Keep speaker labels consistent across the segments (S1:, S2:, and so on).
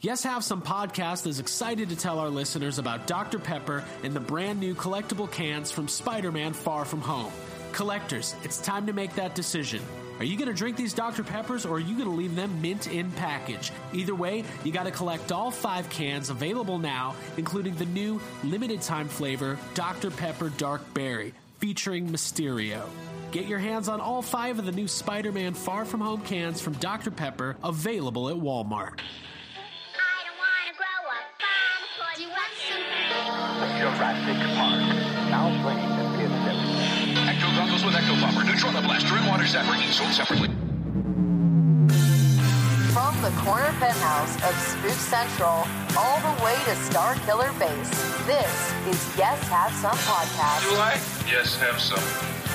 S1: Yes Have Some Podcast is excited to tell our listeners about Dr. Pepper and the brand new collectible cans from Spider Man Far From Home. Collectors, it's time to make that decision. Are you going to drink these Dr. Peppers or are you going to leave them mint in package? Either way, you got to collect all five cans available now, including the new limited time flavor Dr. Pepper Dark Berry featuring Mysterio. Get your hands on all five of the new Spider Man Far From Home cans from Dr. Pepper available at Walmart.
S2: I don't wanna grow up. I'm 41 soon.
S3: Jurassic Park. Now playing the kids
S4: Ecto goggles with Ecto Bomber, Neutrona Blaster, and Water Zapper, each sold separately.
S5: From the corner penthouse of Spook Central all the way to Star Killer Base, this is Yes Have Some Podcast.
S4: I? Yes, have some.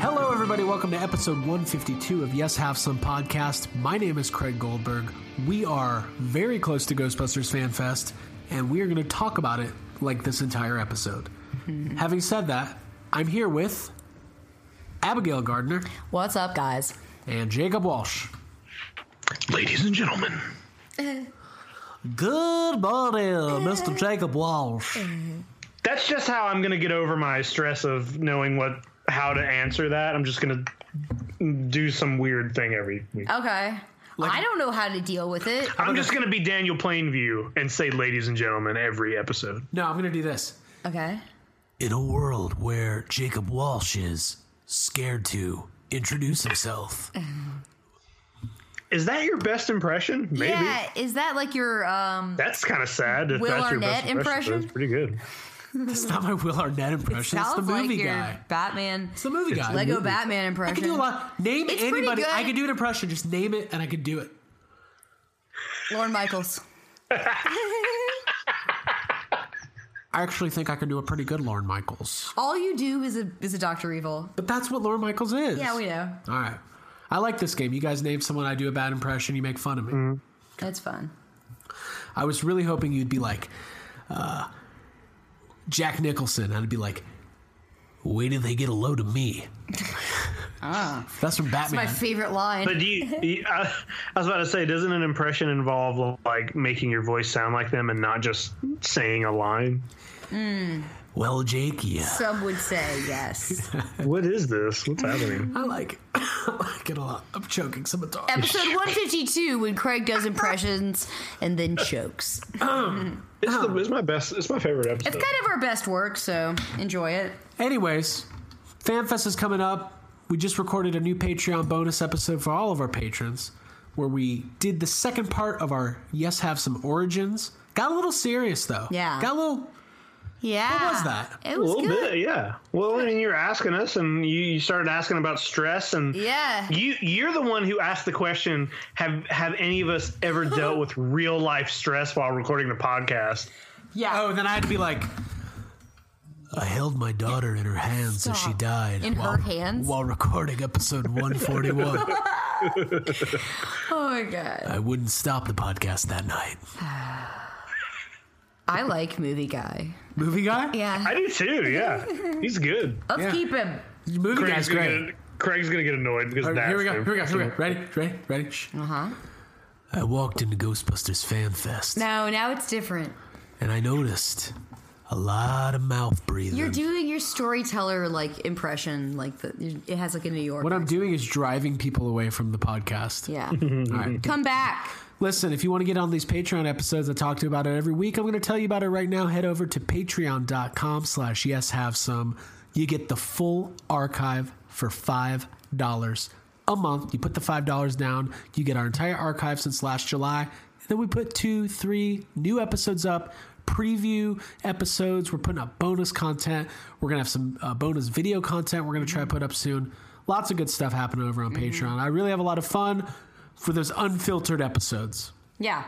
S1: Hello, everybody. Welcome to episode 152 of Yes Have Some Podcast. My name is Craig Goldberg. We are very close to Ghostbusters Fan Fest, and we are going to talk about it like this entire episode.
S6: Mm-hmm.
S1: Having said that, I'm here with Abigail Gardner
S6: What's up, guys?
S1: and Jacob Walsh.
S4: Ladies and gentlemen,
S1: Good morning, Mr. Jacob Walsh.
S7: That's just how I'm gonna get over my stress of knowing what how to answer that. I'm just gonna do some weird thing every week.
S6: Okay. I don't know how to deal with it.
S7: I'm just gonna be Daniel Plainview and say "ladies and gentlemen" every episode.
S1: No, I'm going to do this.
S6: Okay.
S1: In a world where Jacob Walsh is scared to introduce himself.
S7: Is that your best impression? Maybe.
S6: Yeah, is that like your um
S7: That's kind of sad. If
S6: Will
S7: that's your
S6: Arnett
S7: best impression.
S6: impression?
S7: That's pretty good.
S1: It's not my Will Arnett impression. It's the
S6: sounds like
S1: movie
S6: your
S1: guy.
S6: Batman
S1: It's the movie guy.
S6: Lego Batman
S1: I
S6: impression.
S1: can do a lot. Name
S6: It's pretty
S1: anybody.
S6: good.
S1: I can do an impression. Just name it, and I can do it.
S6: Lauren Michaels.
S1: I actually think I can do a pretty good Lauren Michaels.
S6: All you do is a is a Doctor Evil.
S1: But that's what Lauren Michaels is.
S6: Yeah, we know.
S1: All right. I like this game. You guys name someone, I do a bad impression, you make fun of me.
S6: It's fun.
S1: I was really hoping you'd be like, uh, Jack Nicholson. I'd be like, wait till they get a load of me. That's from
S6: It's Ah. my
S1: Batman.
S6: favorite line.
S7: But do you, you- I, I was about to say, doesn't an impression involve like making your voice sound like them and not just saying a line?
S1: well, Jake, yeah.
S6: Some would say yes.
S7: What is this? What's happening?
S1: I like it. I like it a lot. I'm choking. Someone talk.
S6: Episode 152 when Craig does impressions and then chokes.
S7: It's, the, it's my best. It's my favorite episode.
S6: Oh. It's kind of our best work, so enjoy it.
S1: Anyways, FanFest is coming up. We just recorded a new Patreon bonus episode for all of our patrons where we did the second part of our Yes Have Some Origins. Got a little serious though.
S6: Yeah.
S1: Got a little
S6: Yeah.
S1: What was that?
S6: It
S7: a
S6: was
S7: little
S6: good.
S7: bit, yeah. Well, I mean, you're asking us, and you, you started asking about stress, and
S6: Yeah.
S7: you you're the one who asked the question. Have have any of us ever dealt with real life stress while recording the podcast?
S6: Yeah.
S1: Oh, then I had to be like I held my daughter in her hands as she died.
S6: In her hands?
S1: While recording episode 141.
S6: Oh my god.
S1: I wouldn't stop the podcast that night.
S6: I like movie guy.
S1: Movie guy?
S6: Yeah.
S7: I do too. Yeah, he's good.
S6: Let's keep him.
S1: Movie guy's
S7: gonna
S1: great.
S7: Get, Craig's gonna get annoyed because
S1: All right,
S7: that's
S1: here we go. Here
S7: him.
S1: we go. Here we go. Ready? Ready? Ready? Uh huh.
S6: Uh-huh.
S1: I walked into Ghostbusters Fan Fest
S6: No, now it's different.
S1: and I noticed a lot of mouth breathing.
S6: You're doing your storyteller like impression, like the, it has like a New York.
S1: what I'm doing is driving people away from the podcast.
S6: yeah.
S1: All right.
S6: Come back.
S1: Listen, if you want to get on these Patreon episodes, I talk to you about it every week. I'm going to tell you about it right now. Head over to patreon.com slash yes have some. You get the full archive for $5 a month. You put the $5 down. You get our entire archive since last July. And then we put two, three new episodes up, preview episodes. We're putting up bonus content. We're going to have some uh, bonus video content we're going to try to put up soon. Lots of good stuff happening over on Patreon. I really have a lot of fun for those unfiltered episodes.
S6: Yeah.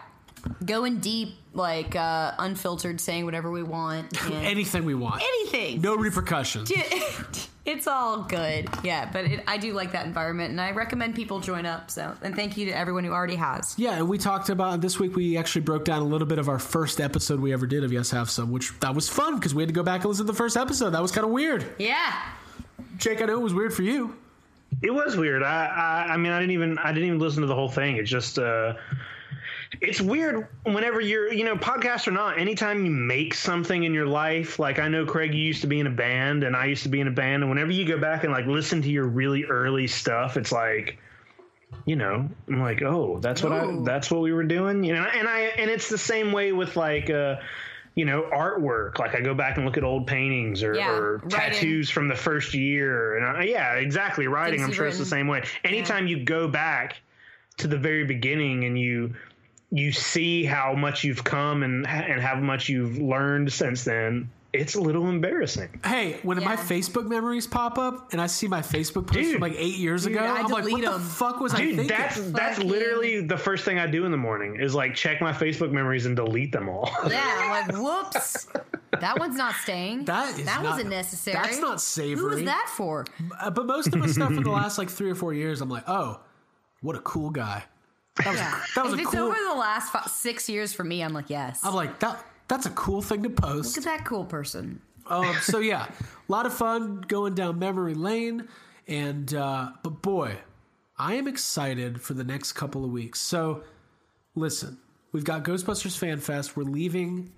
S6: Going deep, like uh, unfiltered, saying whatever we want. And
S1: Anything we want.
S6: anything.
S1: No repercussions.
S6: It's all good. Yeah, but it, I do like that environment, and I recommend people join up. So, and thank you to everyone who already has.
S1: Yeah, and we talked about this week. We actually broke down a little bit of our first episode we ever did of Yes Have Some, which that was fun because we had to go back and listen to the first episode. That was kind of weird.
S6: Yeah.
S1: Jake, I know it was weird for you.
S7: It was weird. I, I I mean I didn't even I didn't even listen to the whole thing. It's just uh it's weird whenever you're you know podcast or not anytime you make something in your life like i know craig you used to be in a band and i used to be in a band and whenever you go back and like listen to your really early stuff it's like you know i'm like oh that's what i
S6: Ooh.
S7: that's what we were doing you know and i and it's the same way with like uh you know artwork like i go back and look at old paintings or,
S6: Yeah,
S7: or
S6: writing.
S7: tattoos from the first year and I, yeah exactly writing
S6: Things
S7: i'm
S6: you've
S7: sure it's the
S6: written.
S7: same way anytime you go back to the very beginning and you you see how much you've come and and how much you've learned since then it's a little embarrassing
S1: Hey, when my
S6: Yeah.
S1: Facebook memories pop up and I see my Facebook post
S7: Dude.
S1: from like eight years ago,
S6: I
S1: I'm like, what
S6: delete
S1: the
S6: 'em.
S1: fuck was I thinking?
S7: dude that's that's
S6: Fucking-
S7: literally the first thing i do in the morning is like check my facebook memories and delete them all
S6: Yeah. Like, whoops. That one's not staying.
S1: That is
S6: that
S1: not-
S6: wasn't necessary.
S1: that's not
S6: Who
S1: savory.
S6: was that for?
S1: Uh, but most of the stuff in the last like three or four years, I'm like, oh, what a cool guy.
S6: Yeah.
S1: That was
S6: if
S1: a
S6: it's
S1: cool. Oh.
S6: over the last fi six years for me, I'm like, yes.
S1: I'm like that. That's a cool thing to post.
S6: Look at that cool person.
S1: Um, so yeah, a lot of fun going down memory lane, and uh, but boy, I am excited for the next couple of weeks. So listen, we've got Ghostbusters Fan Fest. We're leaving.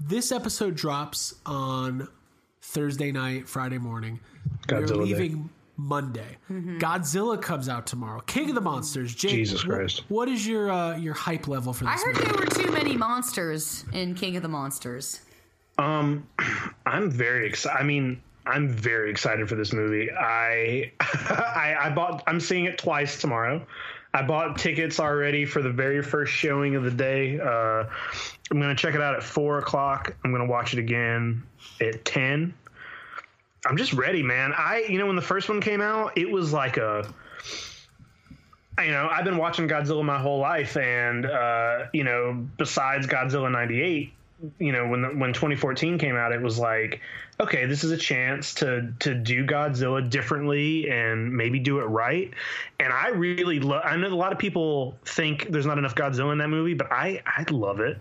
S1: This episode drops on Thursday night, Friday morning.
S7: Godzilla
S1: We're
S7: Day.
S1: leaving Monday.
S6: Mm-hmm.
S1: Godzilla comes out tomorrow. King of the Monsters. Jake,
S7: Jesus
S1: wh-
S7: Christ.
S1: What is your uh, your hype level for
S6: I
S1: this?
S6: heard
S1: movie?
S6: there were too many monsters in King of the Monsters.
S7: Um, I'm very excited. I mean, I'm very excited for this movie. I, I, I bought. I'm seeing it twice tomorrow. I bought tickets already for the very first showing of the day. Uh, I'm gonna check it out at four o'clock. I'm gonna watch it again at ten. I'm just ready, man. I, you know, when the first one came out, it was like a you know, I've been watching Godzilla my whole life, and uh, you know, besides Godzilla '98, you know, when the, when 2014 came out, it was like, okay, this is a chance to to do Godzilla differently and maybe do it right. And I really love. I know a lot of people think there's not enough Godzilla in that movie, but I I love it.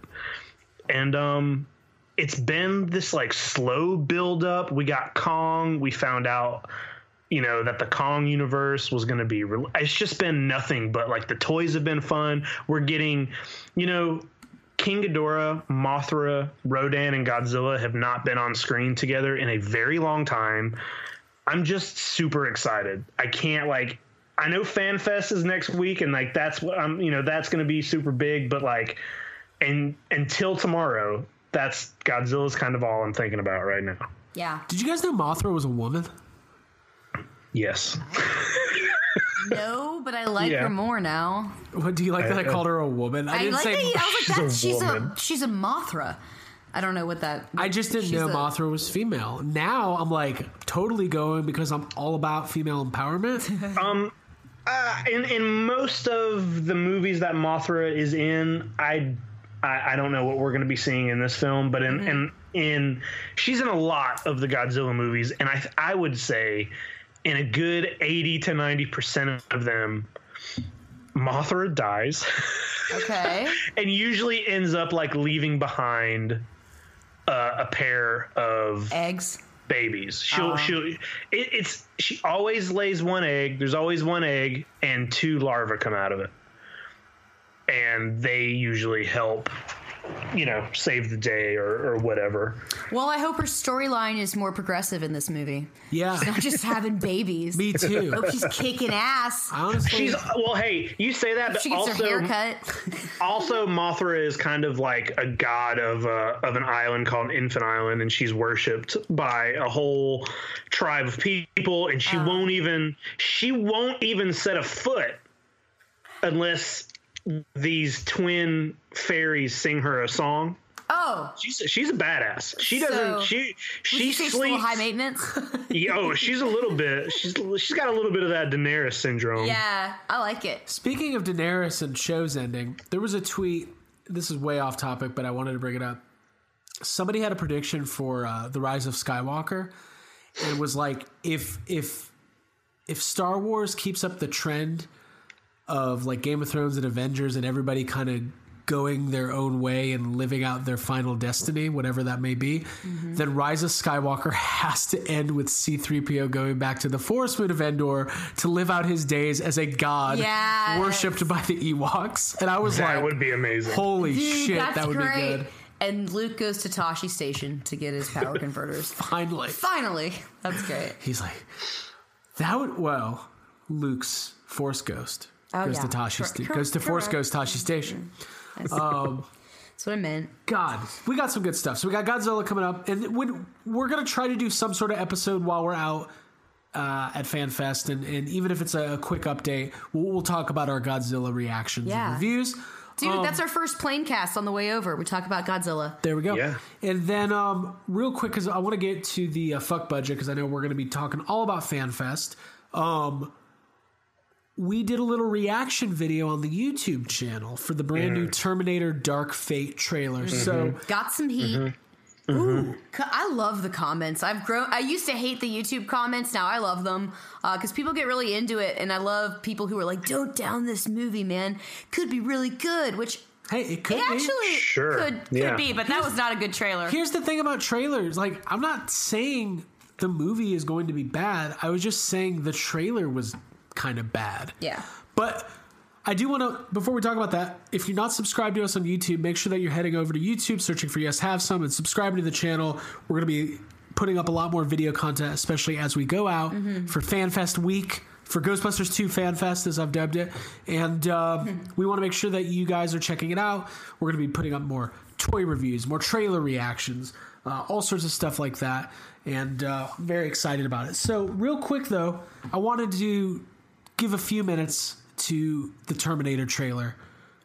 S7: And um, it's been this like slow build up. We got Kong. We found out you know that the Kong universe was going to be. Re- it's just been nothing but like the toys have been fun. We're getting, you know, King Ghidorah, Mothra, Rodan, and Godzilla have not been on screen together in a very long time. I'm just super excited. I can't like. I know FanFest is next week, and like that's what I'm. You know that's going to be super big, but like, and until tomorrow, that's Godzilla's kind of all I'm thinking about right now.
S6: Yeah.
S1: Did you guys know Mothra was a woman?
S7: Yes.
S6: No, but I like
S7: Yeah.
S6: her more now.
S1: What do you like that I called her a woman? I
S6: I,
S1: didn't
S6: like
S1: say
S6: that. you- I was like, that's
S7: she's
S6: she's
S7: a
S6: a
S7: woman.
S6: she's a Mothra. I don't know what that.
S1: I just didn't
S6: she's
S1: know
S6: a-
S1: Mothra was female. Now I'm like totally going because I'm all about female empowerment.
S7: Uh, in in most of the movies that Mothra is in, I I, I don't know what we're going to be seeing in this film, but in in in she's in a lot of the Godzilla movies, and I I would say in a good eighty to ninety percent of them, Mothra dies
S6: Okay.
S7: and usually ends up like leaving behind. Uh, a pair of
S6: Eggs.
S7: babies.
S6: Uh-huh.
S7: She'll she'll it, it's she always lays one egg. There's always one egg and two larvae come out of it, and they usually help, you know, save the day or, or whatever.
S6: Well, I hope her storyline is more progressive in this movie.
S1: yeah,
S6: Not just having babies.
S1: me too.
S6: Hope she's kicking ass.
S1: Honestly,
S7: She's well. Hey, you say that, but
S6: She gets
S7: also
S6: her hair cut.
S7: also Mothra is kind of like a god of uh, of an island called Infant Island, and she's worshipped by a whole tribe of people. And
S6: Oh.
S7: she won't even she won't even set a foot unless these twin fairies sing her a song.
S6: Oh,
S7: She's she's a badass. She doesn't
S6: So,
S7: she she
S6: she's a little
S7: sleeps.
S6: high maintenance.
S7: Yeah, oh, she's a little bit. She's she's got a little bit of that Daenerys syndrome.
S6: yeah, I like it.
S1: Speaking of Daenerys and shows ending, there was a tweet this is way off topic, but I wanted to bring it up. Somebody had a prediction for uh, the Rise of Skywalker, and was like, if if if Star Wars keeps up the trend of like Game of Thrones and Avengers, and everybody kind of going their own way and living out their final destiny, whatever that may be, then Rise of Skywalker has to end with C-3PO going back to the Forest Moon of Endor to live out his days as a god
S6: Yes.
S1: worshipped by the Ewoks, and I was
S7: That
S1: like,
S7: would be amazing.
S1: Holy
S6: Dude,
S1: shit,
S6: that's
S1: that would
S6: great.
S1: be good.
S6: And Luke goes to Tashi Station to get his power converters.
S1: Finally.
S6: Finally, that's great.
S1: He's like, that would, well, Luke's Force Ghost
S6: Oh,
S1: goes
S6: yeah.
S1: to Tashi,
S6: Cor-
S1: Sta-
S6: cor-
S1: goes to Force
S6: correct.
S1: Ghost Tashi Station.
S6: That's what I meant.
S1: God, we got some good stuff. So we got Godzilla coming up, and when we're gonna try to do some sort of episode while we're out uh, at FanFest, and, and even if it's a, quick update, we'll, we'll talk about our Godzilla reactions
S6: Yeah.
S1: and reviews.
S6: Dude,
S1: Um,
S6: that's our first plane cast on the way over. We talk about Godzilla.
S1: There we go.
S7: Yeah.
S1: And then, um, real quick, because I want to get to the uh, fuck budget, because I know we're going to be talking all about FanFest. Um, we did a little reaction video on the YouTube channel for the brand new Terminator Dark Fate trailer. So
S6: Got some heat.
S7: Mm-hmm.
S6: Ooh, co- I love the comments. I've grown. I used to hate the YouTube comments. Now I love them because people get really into it, and I love people who are like, "Don't down this movie, man. Could be really good." Which
S1: hey, it could
S6: it
S1: be.
S6: actually
S7: Sure.
S6: could could
S7: Yeah.
S6: be, but that was not a good trailer.
S1: Here's the thing about trailers. Like, I'm not saying the movie is going to be bad. I was just saying the trailer was kind of bad.
S6: Yeah.
S1: But I do want to, before we talk about that, if you're not subscribed to us on YouTube, make sure that you're heading over to YouTube, searching for Yes Have Some, and subscribing to the channel. We're going to be putting up a lot more video content, especially as we go out for FanFest week. For Ghostbusters 2 FanFest, as I've dubbed it. And uh, we want to make sure that you guys are checking it out. We're going to be putting up more toy reviews, more trailer reactions, uh, all sorts of stuff like that. And uh, I'm very excited about it. So, real quick though, I wanted to give a few minutes to the Terminator trailer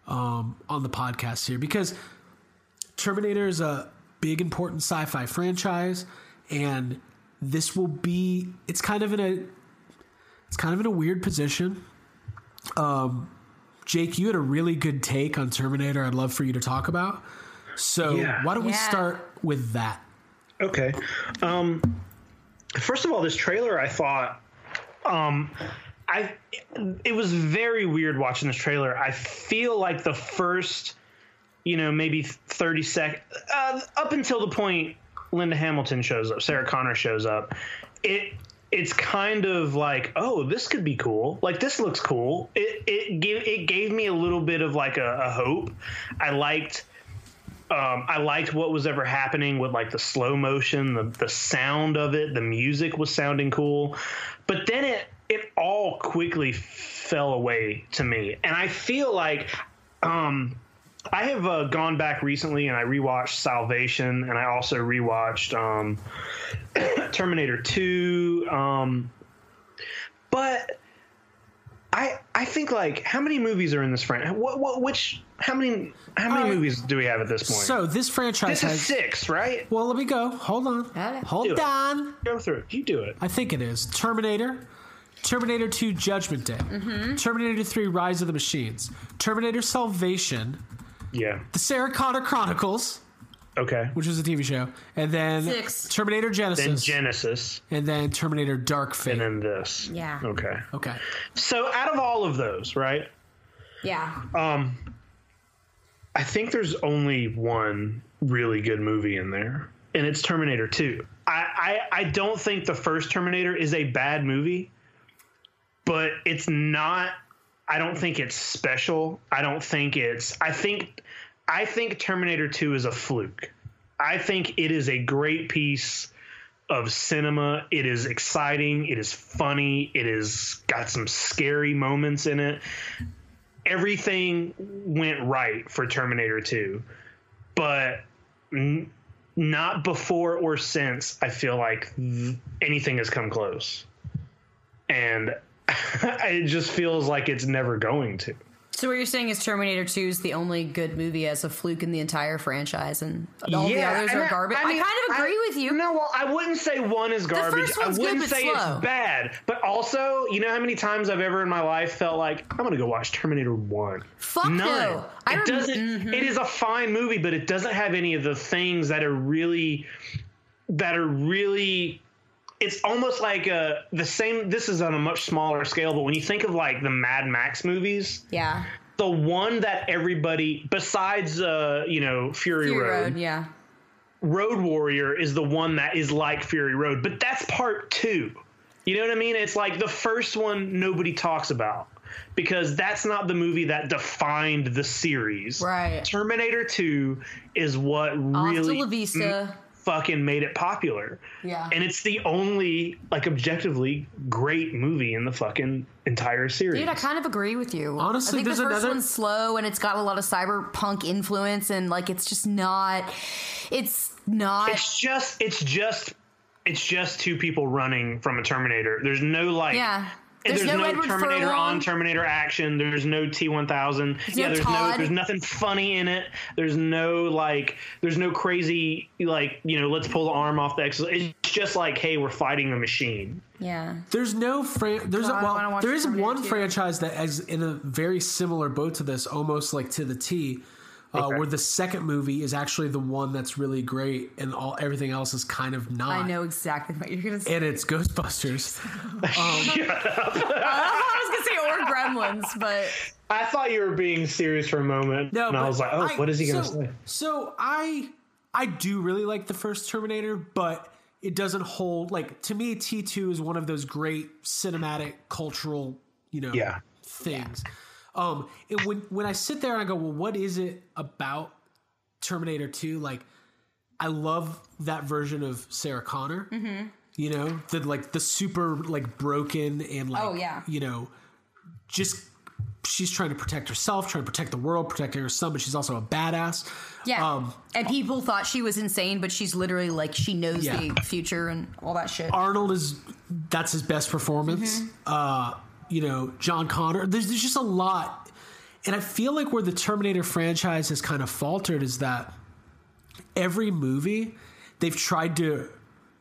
S1: um, on the podcast here because Terminator is a big, important sci fi franchise, and this will be, it's kind of in a, it's kind of in a weird position. Um, Jake, you had a really good take on Terminator. I'd love for you to talk about. So
S7: Yeah.
S1: why don't we
S6: Yeah.
S1: start with that?
S7: Okay. Um, first of all, this trailer, I thought, um, I it was very weird watching this trailer. I feel like the first, you know, maybe thirty sec uh, up until the point Linda Hamilton shows up, Sarah Connor shows up, it it's kind of like, oh, this could be cool. Like this looks cool. It it gave it gave me a little bit of like a, a hope. I liked um, I liked what was ever happening with like the slow motion, the the sound of it, the music was sounding cool, but then it it all quickly fell away to me, and I feel like. Um, I have uh, gone back recently and I rewatched Salvation and I also rewatched um, Terminator 2. Um, but I I think like how many movies are in this franchise? What, what which how many how many
S1: All right.
S7: movies do we have at this point?
S1: So this franchise
S7: This is
S1: has.
S7: six, right?
S1: Well, let me go. Hold on.
S6: Got it.
S1: Hold
S7: Do it.
S1: on.
S7: Go through it. You do it.
S1: I think it is Terminator, Terminator 2 Judgment Day,
S6: Mm-hmm.
S1: Terminator 3 Rise of the Machines, Terminator Salvation,
S7: Yeah.
S1: the Sarah Connor Chronicles,
S7: Okay.
S1: which was a TV show, and then
S6: Six.
S1: Terminator Genesis,
S7: Then Genesis,
S1: and then Terminator Dark Fate.
S7: and then this.
S6: Yeah.
S7: Okay.
S1: okay.
S7: So out of all of those, right?
S6: Yeah,
S7: I think there's only one really good movie in there, and it's Terminator 2. I, I, I don't think the first Terminator is a bad movie, but it's not. I don't think it's special. I don't think it's. I think. I think Terminator 2 is a fluke. I think it is a great piece of cinema. It is exciting. It is funny. It is got some scary moments in it everything went right for Terminator 2, but n- not before or since I feel like th- anything has come close. And it just feels like it's never going to.
S6: So what you're saying is Terminator 2 is the only good movie as a fluke in the entire franchise, and all the others
S7: and
S6: are garbage. I,
S7: mean,
S6: kind of agree
S7: I-
S6: with you.
S7: No, well, I wouldn't say one is garbage.
S6: first one's good,
S7: I wouldn't
S6: but
S7: say
S6: slow.
S7: it's bad, but also, you know how many times I've ever in my life felt like I'm gonna go watch Terminator One.
S6: Fuck
S7: None.
S6: no. I
S7: it
S6: rem- mm-hmm.
S7: doesn't. it is a fine movie, but it doesn't have any of the things that are really that are really it's almost like uh the same this is on a much smaller scale but when you think of like the mad max movies
S6: Yeah.
S7: the one that everybody besides uh you know fury,
S6: Fury
S7: road,
S6: Road, yeah.
S7: road warrior is the one that is like fury road but that's part two you know what i mean it's like the first one nobody talks about because that's not the movie that defined the series
S6: Right.
S7: terminator 2 is what
S6: Hasta
S7: really
S6: La Vista.
S7: fucking made it popular
S6: Yeah.
S7: and it's the only like objectively great movie in the fucking entire series
S6: Dude, I kind of agree with you.
S1: Honestly,
S6: I think
S1: there's
S6: the first
S1: another-
S6: one's slow and it's got a lot of cyberpunk influence, and like it's just not. It's not.
S7: it's just it's just it's just two people running from a terminator there's no like
S6: yeah.
S7: there's, no,
S6: Edward
S7: terminator on
S6: Furlong.
S7: terminator action there's no t1000 yeah
S6: no
S7: there's
S6: Todd.
S7: no there's nothing funny in it there's no like there's no crazy like you know let's pull the arm off the x it's just like hey we're fighting a machine
S6: yeah.
S1: There's no fran- there's
S6: God, I wanna
S1: a, well
S6: watch
S1: there is
S6: Terminator
S1: one
S6: 2.
S1: franchise that is in a very similar boat to this, almost like to the T, uh,
S7: Okay.
S1: where the second movie is actually the one that's really great, and all everything else is kind of not.
S6: I know exactly what you're gonna say.
S1: And it's Ghostbusters.
S6: I was gonna say or Gremlins, but
S7: i thought you were being serious for a moment
S1: No,
S7: and
S1: but
S7: i was like oh
S1: I-
S7: what is he gonna
S1: so-
S7: say
S1: So I I do really like the first Terminator, but it doesn't hold like to me. T two is one of those great cinematic cultural you know
S7: Yeah.
S1: things. Um, and when when I sit there and I go, well, what is it about Terminator two? Like, I love that version of Sarah Connor. Mm-hmm. You know, the like the super like broken and like
S6: Oh, yeah.
S1: you know just she's trying to protect herself, trying to protect the world, protecting her son, but she's also a badass.
S6: yeah.
S1: Um,
S6: and people thought she was insane, but she's literally like she knows
S1: Yeah.
S6: the future and all that shit.
S1: Arnold is that's his best performance. Uh, you know, John Connor. There's, there's just a lot, and I feel like where the Terminator franchise has kind of faltered is that every movie they've tried to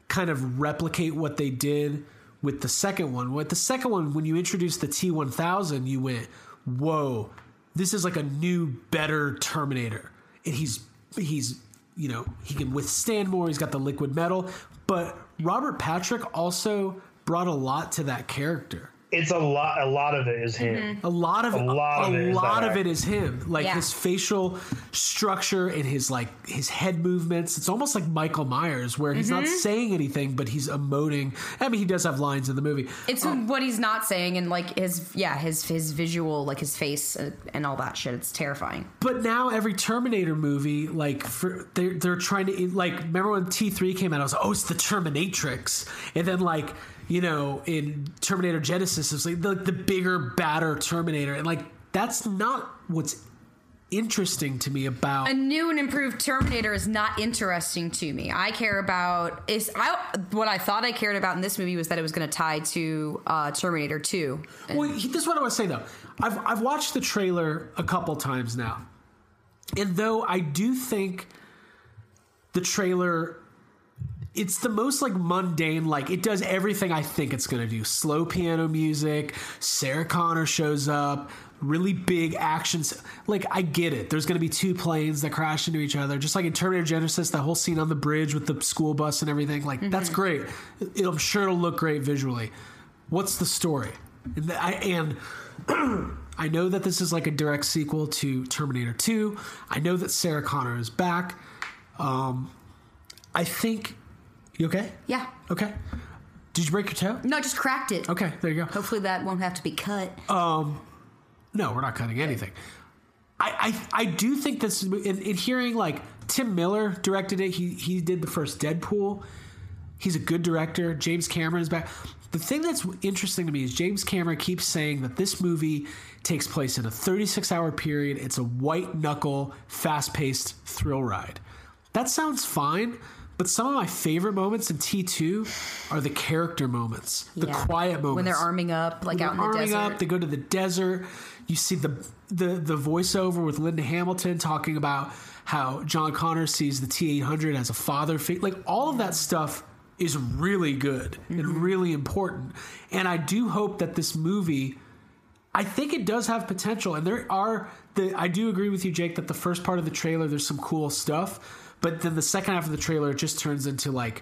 S1: kind of replicate what they did with the second one. With the second one, when you introduced the T1000, you went, "Whoa, this is like a new, better Terminator," and he's he's you know he can withstand more. He's got the liquid metal, but Robert Patrick also brought a lot to that character.
S7: it's a lot a lot of it is him
S1: A lot of a
S7: lot of it is
S1: lot
S7: that
S1: of it is him. Like
S6: Yeah.
S1: his facial structure and his like his head movements. It's almost like Michael Myers, where he's not saying anything, but he's emoting. I mean, he does have lines in the movie.
S6: It's
S1: um,
S6: what he's not saying, and like his yeah, his his visual, like his face uh, and all that shit. It's terrifying.
S1: But now every Terminator movie, like for, they're they're trying to like. Remember when T three came out? I was like, oh, it's the Terminatrix, and then like you know in Terminator Genesis, it's like the, the bigger, badder Terminator, and like that's not what's interesting to me about
S6: A new and improved Terminator is not interesting to me. I care about is I what I thought I cared about in this movie was that it was going to tie to uh, Terminator Two.
S1: Well, he- this is what I want to say though. I've I've watched the trailer a couple times now, and though I do think the trailer, it's the most like mundane. Like it does everything I think it's going to do. Slow piano music. Sarah Connor shows up. Really big actions. Like I get it. There's going to be two planes that crash into each other, just like in Terminator Genesis. That whole scene on the bridge with the school bus and everything. Like that's great. It, I'm sure it'll look great visually what's the story? And I, and I know that this is like a direct sequel to Terminator 2. I know that Sarah Connor is back. Um, I think. You okay?
S6: Yeah,
S1: Okay. Did you break your toe?
S6: no, I just cracked it.
S1: Okay, Oh, there you go.
S6: Hopefully that won't have to be cut.
S1: No, we're not cutting anything. I, I, I do think this in, in hearing like Tim Miller directed it. He he did the first Deadpool. He's a good director. James Cameron is back. The thing that's interesting to me is James Cameron keeps saying that this movie takes place in a 36 hour period. It's a white knuckle, fast paced thrill ride. That sounds fine, But some of my favorite moments in T2 are the character moments, the
S6: Yeah.
S1: quiet moments.
S6: when they're arming up, like
S1: They're
S6: out in the
S1: arming
S6: desert.
S1: up, they go to the desert. You see the the the voiceover with Linda Hamilton talking about how John Connor sees the T800 as a father figure. Like all of that stuff is really good and
S6: Mm-hmm.
S1: really important. And I do hope that this movie I think it does have potential, and there are the. I do agree with you, Jake, that the first part of the trailer there's some cool stuff, but then the second half of the trailer it just turns into like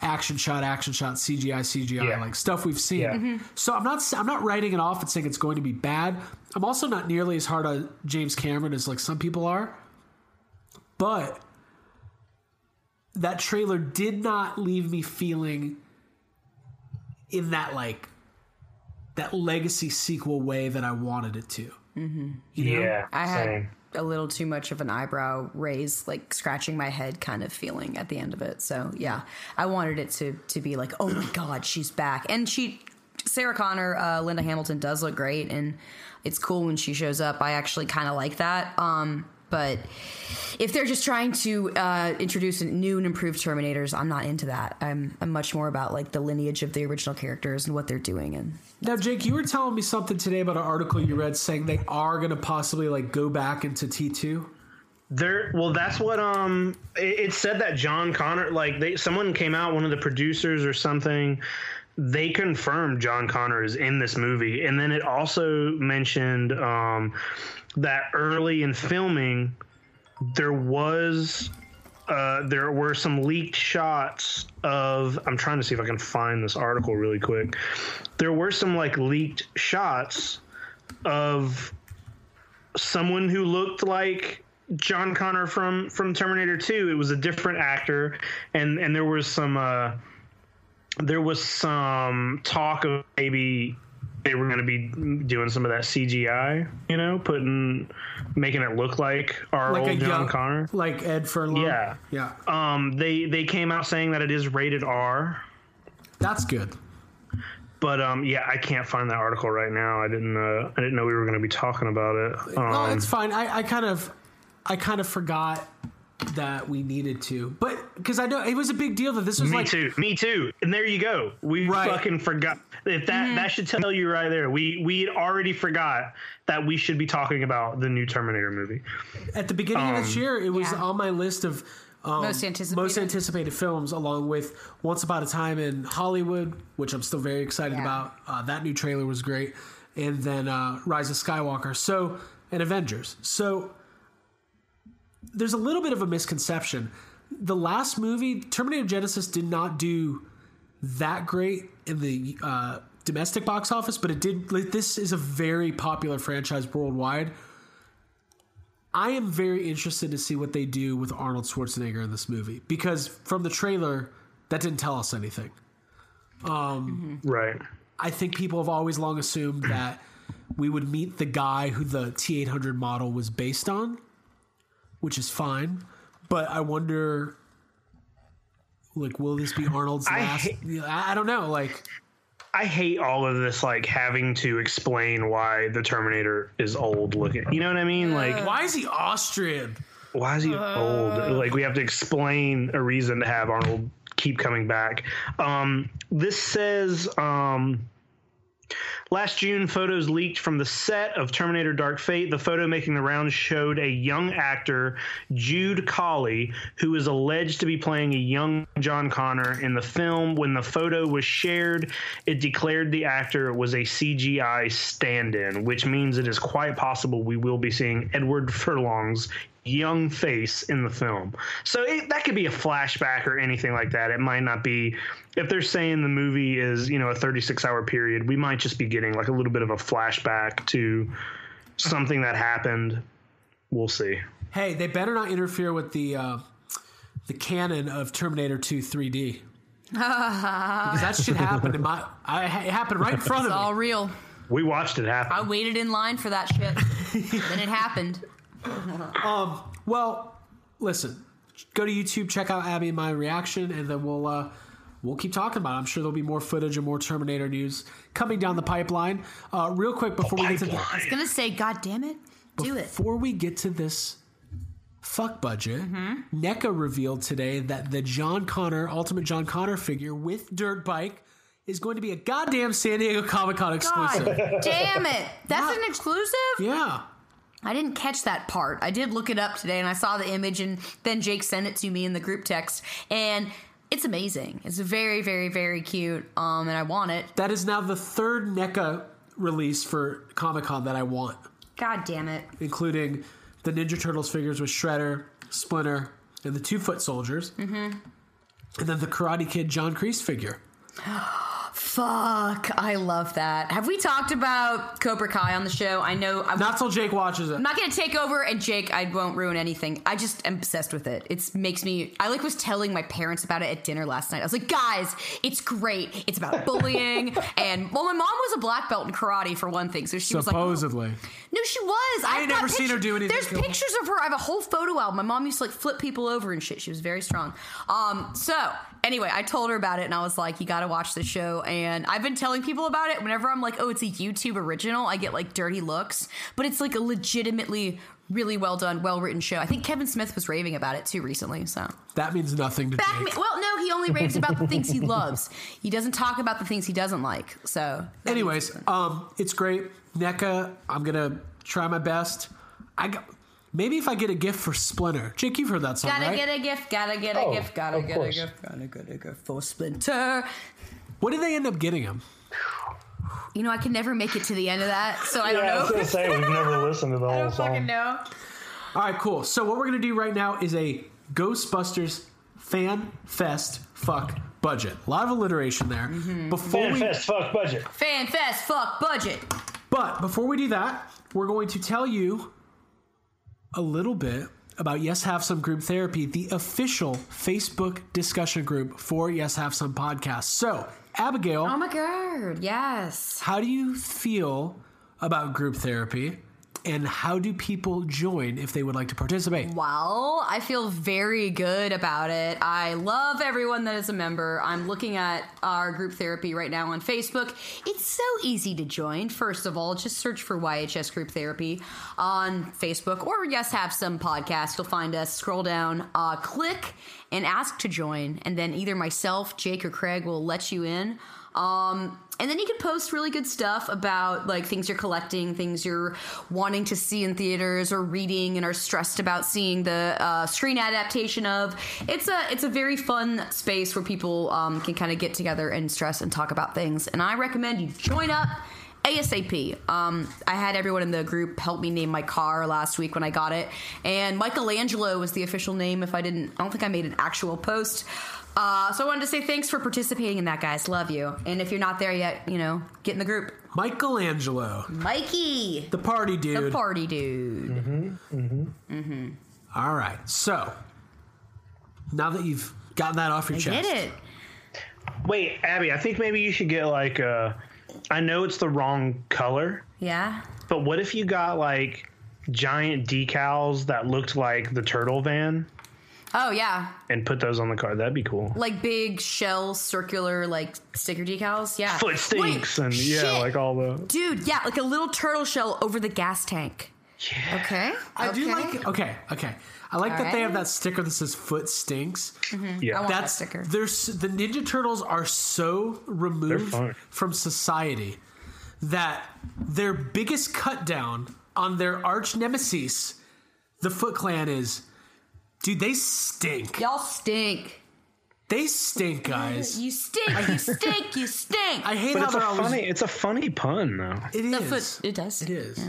S1: action shot, action shot, CGI, CGI,
S7: Yeah.
S1: like stuff we've seen.
S7: Yeah. Mhm.
S1: So I'm not s- I'm not writing it off and saying it's going to be bad. I'm also not nearly as hard on James Cameron as like some people are, but that trailer did not leave me feeling in that like that legacy sequel way that I wanted it to.
S7: Yeah,
S6: I had
S7: same.
S6: a little too much of an eyebrow raise, like scratching my head kind of feeling at the end of it. So yeah, I wanted it to to be like, oh my god, she's back, and she, Sarah Connor, uh, Linda Hamilton does look great, and it's cool when she shows up. I actually kind of like that. Um, but if they're just trying to uh, introduce new and improved Terminators, I'm not into that. I'm I'm much more about like the lineage of the original characters and what they're doing and
S1: Now, Jake, you were telling me something today about an article you read saying they are going to possibly like go back into T two.
S7: There, well, that's what um. It, it said that John Connor, like they, someone came out, one of the producers or something. They confirmed John Connor is in this movie, and then it also mentioned um, that early in filming, there was uh, there were some leaked shots of I'm trying to see if I can find this article really quick. There were some like leaked shots of someone who looked like John Connor from from Terminator 2. It was a different actor and and there was some uh there was some talk of maybe they were going to be doing some of that CGI, you know, putting making it look like our
S1: Like
S7: old John
S1: young-
S7: Connor.
S1: like Ed Furlong.
S7: Yeah.
S1: yeah,
S7: Um, they they came out saying that it is rated R,
S1: that's good.
S7: but um, yeah, I can't find that article right now. I didn't uh, I didn't know we were going to be talking about it. Um,
S1: no, it's fine. I, I kind of, I kind of forgot that we needed to, but because I know it was a big deal that this was
S7: me
S1: like
S7: too, me too. And there you go. We
S1: Right.
S7: fucking forgot. If that that should tell you right there, we we had already forgot that we should be talking about the new Terminator movie.
S1: at the beginning of
S7: Um,
S1: this year. It was
S6: yeah.
S1: on my list of um,
S6: Most anticipated.
S1: most anticipated films, along with Once Upon a Time in Hollywood, which I'm still very excited
S6: Yeah.
S1: about. Uh, that new trailer was great, and then uh, Rise of Skywalker. So and Avengers. So there's a little bit of a misconception. The last movie, Terminator Genesis, did not do that great in the uh, domestic box office, but it did. Like, this is a very popular franchise worldwide. I am very interested to see what they do with Arnold Schwarzenegger in this movie because from the trailer, that didn't tell us anything.
S7: Right.
S1: I think people have always long assumed that we would meet the guy who the T800 model was based on, which is fine. But I wonder, like, will this be Arnold's
S7: I
S1: last?
S7: hate-
S1: Yeah, I, I don't know. Like,
S7: I hate all of this, like having to explain why the Terminator is old looking. You know what I mean? Like,
S1: why is he Austrian?
S7: why is he old? Like we have to explain a reason to have Arnold keep coming back. Um, this says um, last June, photos leaked from the set of Terminator: Dark Fate. The photo making the rounds showed a young actor, Jude Colley, who is alleged to be playing a young John Connor in the film. When the photo was shared, it declared the actor was a CGI stand-in, which means it is quite possible we will be seeing Edward Furlong's young face in the film. So it, that could be a flashback or anything like that. It might not be if they're saying the movie is, you know, a 36-hour period, we might just be getting like a little bit of a flashback to something that happened. We'll see.
S1: Hey, they better not interfere with the uh, the canon of Terminator 2 3D. because that shit happened in my. I, it happened right in front of me.
S6: all real.
S7: We watched it happen.
S6: I waited in line for that shit. then it happened.
S1: Well, listen, go to YouTube, check out Abby and my reaction, and then we'll uh, we'll keep talking about. it. I'm sure there'll be more footage and more Terminator news coming down the pipeline. Uh, real quick before we get to the,
S6: Gonna say, God damn it, do it.
S1: before we get to this Fuck budget. NECA revealed today that the John Connor, Ultimate John Connor figure with Dirt Bike is going to be a goddamn San Diego Comic Con exclusive.
S6: God damn it. That's
S1: Not-
S6: an exclusive?
S1: Yeah.
S6: I didn't catch that part. I did look it up today and I saw the image and then Jake sent it to me in the group text and it's amazing. It's very, very, very cute. Um and I want it.
S1: That is now the third NECA release for Comic Con that I want,
S6: God damn it.
S1: including the Ninja Turtles figures with Shredder, Splinter, and the Two Foot Soldiers. Mm-hmm. And then the Karate Kid John Kreese figure.
S6: Fuck. I love that. Have we talked about Cobra Kai on the show? I know I'm
S1: Not till Jake watches it.
S6: I'm not gonna take over, and Jake, I won't ruin anything. I just am obsessed with it. It makes me. I like was telling my parents about it at dinner last night. I was like, guys, it's great. It's about bullying, and well, my mom was a black belt in karate for one thing, so she was like,
S1: Supposedly.
S6: no, she was. I've
S1: ain't
S6: got
S1: never seen her do anything
S6: There's
S1: cool.
S6: pictures of her. I have a whole photo album. My mom used to like flip people over and shit. She was very strong. Um, so anyway, I told her about it and I was like, you gotta watch the show. And I've been telling people about it. Whenever I'm like, oh, it's a YouTube original, I get like dirty looks. But it's like a legitimately really well done, well written show. I think Kevin Smith was raving about it too recently. So
S1: That means nothing to
S6: back
S1: Jake.
S6: me. Well, no, he only raves about the things he loves. He doesn't talk about the things he doesn't like. So
S1: Anyways, um, it's great. NECA, I'm gonna try my best. I got, maybe if I get a gift for Splinter. Jake, you've heard that song,
S6: Gotta
S1: right?
S6: get a gift, gotta get a
S7: Oh,
S6: gift, gotta
S7: of
S6: get
S7: course.
S6: a gift, gotta get a gift for Splinter.
S1: what did they end up getting him?
S6: You know, I can never make it to the end of that, so I don't
S7: Yeah, I was
S6: know.
S7: gonna say we've never listened to the
S6: I
S7: whole
S6: don't fucking
S7: song.
S6: know.
S1: All right, cool. So what we're gonna do right now is a Ghostbusters fan fest fuck budget. A lot of alliteration there.
S6: Mm-hmm.
S1: Before we,
S7: Manifest, fuck budget.
S6: Fan fest, fuck budget.
S1: but before we do that, we're going to tell you a little bit about Yes Have Some Group Therapy, the official Facebook discussion group for Yes Have Some podcast. So Abigail,
S6: Oh my god, yes.
S1: How do you feel about group therapy? And how do people join if they would like to participate?
S6: Well, I feel very good about it. I love everyone that is a member. I'm looking at our group therapy right now on Facebook. It's so easy to join. First of all, just search for YHS Group Therapy on Facebook or Yes Have Some podcast. You'll find us. Scroll down, uh, click, and ask to join. And then either myself, Jake, or Craig will let you in. Um, and then you can post really good stuff about like things you're collecting, things you're wanting to see in theaters or reading, and are stressed about seeing the uh, screen adaptation of. It's a it's a very fun space where people um, can kind of get together and stress and talk about things. And I recommend you join up. ASAP. Um, I had everyone in the group help me name my car last week when I got it, and Michelangelo was the official name. If I didn't, I don't think I made an actual post. Uh, so I wanted to say thanks for participating in that, guys. Love you. And if you're not there yet, you know, get in the group.
S1: Michelangelo,
S6: Mikey,
S1: the party
S6: the
S1: dude.
S6: party dude.
S1: All right. So now that you've gotten that off your
S6: Get
S1: chest,
S6: it?
S7: Wait, Abby, I think maybe you should get like a. I know it's the wrong color,
S6: Yeah.
S7: but what if you got like giant decals that looked like the turtle van
S6: Oh yeah,
S7: and put those on the car? That'd be cool.
S6: like big shell, circular, like sticker decals. Yeah.
S7: Foot stinks
S6: Wait,
S7: and yeah,
S6: shit.
S7: like all the.
S6: Dude, yeah, like a little turtle shell over the gas tank. Okay.
S1: I do
S6: Okay.
S1: like. Okay, okay. I like
S6: All
S1: that they have
S6: right.
S1: that sticker that says "foot stinks."
S7: Yeah.
S6: Mm-hmm. want-
S1: That's
S6: sticker.
S1: There's the Ninja Turtles are so removed
S7: fun.
S1: from society that their biggest cut down on their arch nemesis, the Foot Clan, is dude. They stink.
S6: Y'all stink.
S1: They stink, guys.
S6: You stink. You stink. You stink.
S1: I hate
S7: But
S1: how
S7: it's a
S1: they're always.
S7: funny. It's a funny pun though.
S1: It
S6: the
S1: is.
S6: foot. It does.
S1: It is.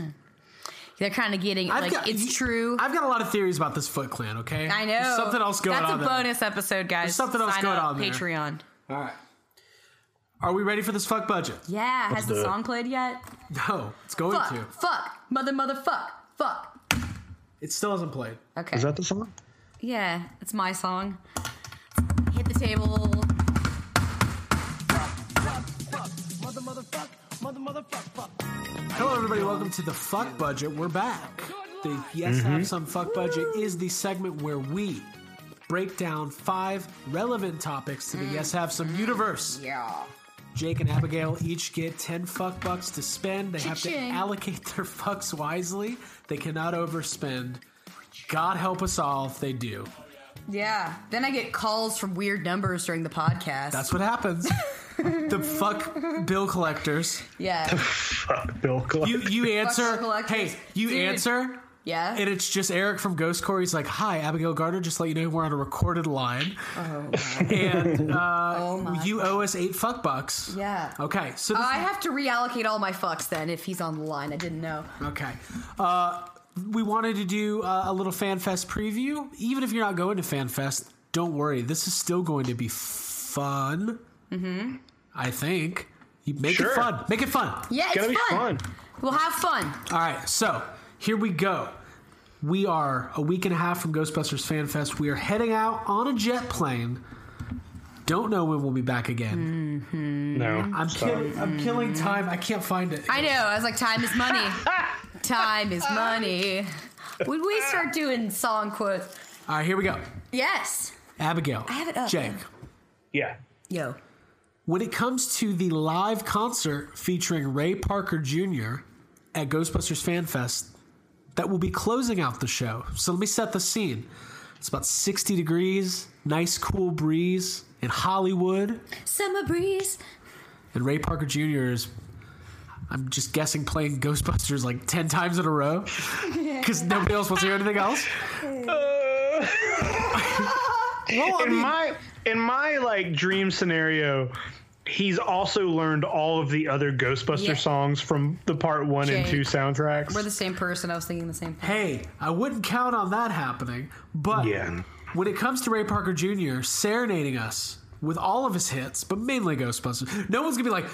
S6: They're kind of getting
S1: I've
S6: like
S1: got-
S6: it's
S1: you-
S6: true.
S1: I've got a lot of theories about this Foot Clan. Okay,
S6: I know.
S1: There's something else going
S6: That's
S1: on.
S6: a
S1: there.
S6: bonus episode, guys.
S1: There's something else
S6: Sign
S1: going
S6: up,
S1: on there.
S6: Patreon.
S1: All right. Are we ready for this fuck budget?
S6: Yeah. Has
S7: do
S6: the
S7: it.
S6: song played yet?
S1: No, it's going
S6: Fuck.
S1: to.
S6: Fuck. Mother. Mother. Fuck. Fuck.
S1: It still hasn't played.
S6: Okay.
S7: Is that the song?
S6: yeah. It's my song. Hit the table.
S1: Hello, everybody. Welcome to the Fuck Budget. We're back. The Yes Have Some Fuck Budget is the segment where we break down five relevant topics to the Yes Have Some universe.
S6: Mm-hmm. Yeah.
S1: Jake and Abigail each get 10 fuck bucks to spend. They have to
S6: Cha-ching.
S1: allocate their fucks wisely. They cannot overspend. God help us all if they do.
S6: Yeah. Then I get calls from weird numbers during the podcast.
S1: That's what happens. the fuck bill collectors.
S6: yeah.
S7: Fuck Bill Clark.
S1: You you answer.
S6: collectors.
S1: Hey, you
S6: Dude.
S1: answer.
S6: Yeah.
S1: And it's just Eric from Ghost Core. He's like, "Hi, Abigail Gardner. Just to let you know we're on a recorded line,
S6: oh,
S1: and uh,
S6: oh my.
S1: you owe us eight fuck bucks."
S6: yeah.
S1: Okay, so this,
S6: I have to reallocate all my fucks then if he's on the line. I didn't know.
S1: okay, uh, we wanted to do uh, a little fan fest preview. Even if you're not going to fan fest, don't worry. This is still going to be fun. Mm-hmm. I think you make
S7: Sure.
S1: it fun. Make it fun.
S6: Yeah, it's
S7: Gotta be fun.
S6: We'll have fun.
S1: All right, so here we go. We are a week and a half from Ghostbusters Fan Fest. We are heading out on a jet plane. Don't know when we'll be back again.
S7: No.
S1: I'm, kill- I'm killing time. I can't find it.
S6: Mm. I know. I was like, time is money. time is money. Would we start doing song quotes?
S1: All right, here we go.
S6: Yes.
S1: Abigail. I
S6: have it up.
S1: Jake.
S7: Yeah.
S6: Yo.
S1: When it comes to the live concert featuring Ray Parker Jr. at Ghostbusters Fan Fest, that will be closing out the show. So let me set the scene. It's about 60 degrees, nice cool breeze in Hollywood.
S6: Summer breeze.
S1: and Ray Parker Jr. is. I'm just guessing playing Ghostbusters like 10 times in a row because nobody else wants to hear anything else.
S7: Uh,
S1: Well, I
S7: in
S1: mean-
S7: my in my like dream scenario, he's also learned all of the other Ghostbuster
S6: Yeah.
S7: songs from the part one
S6: Jake.
S7: and two soundtracks.
S6: We're the same person. I was thinking the same thing.
S1: Hey, I wouldn't count on that happening. But
S7: Yeah.
S1: when it comes to Ray Parker Jr. serenading us with all of his hits, but mainly Ghostbusters, no one's going to be like,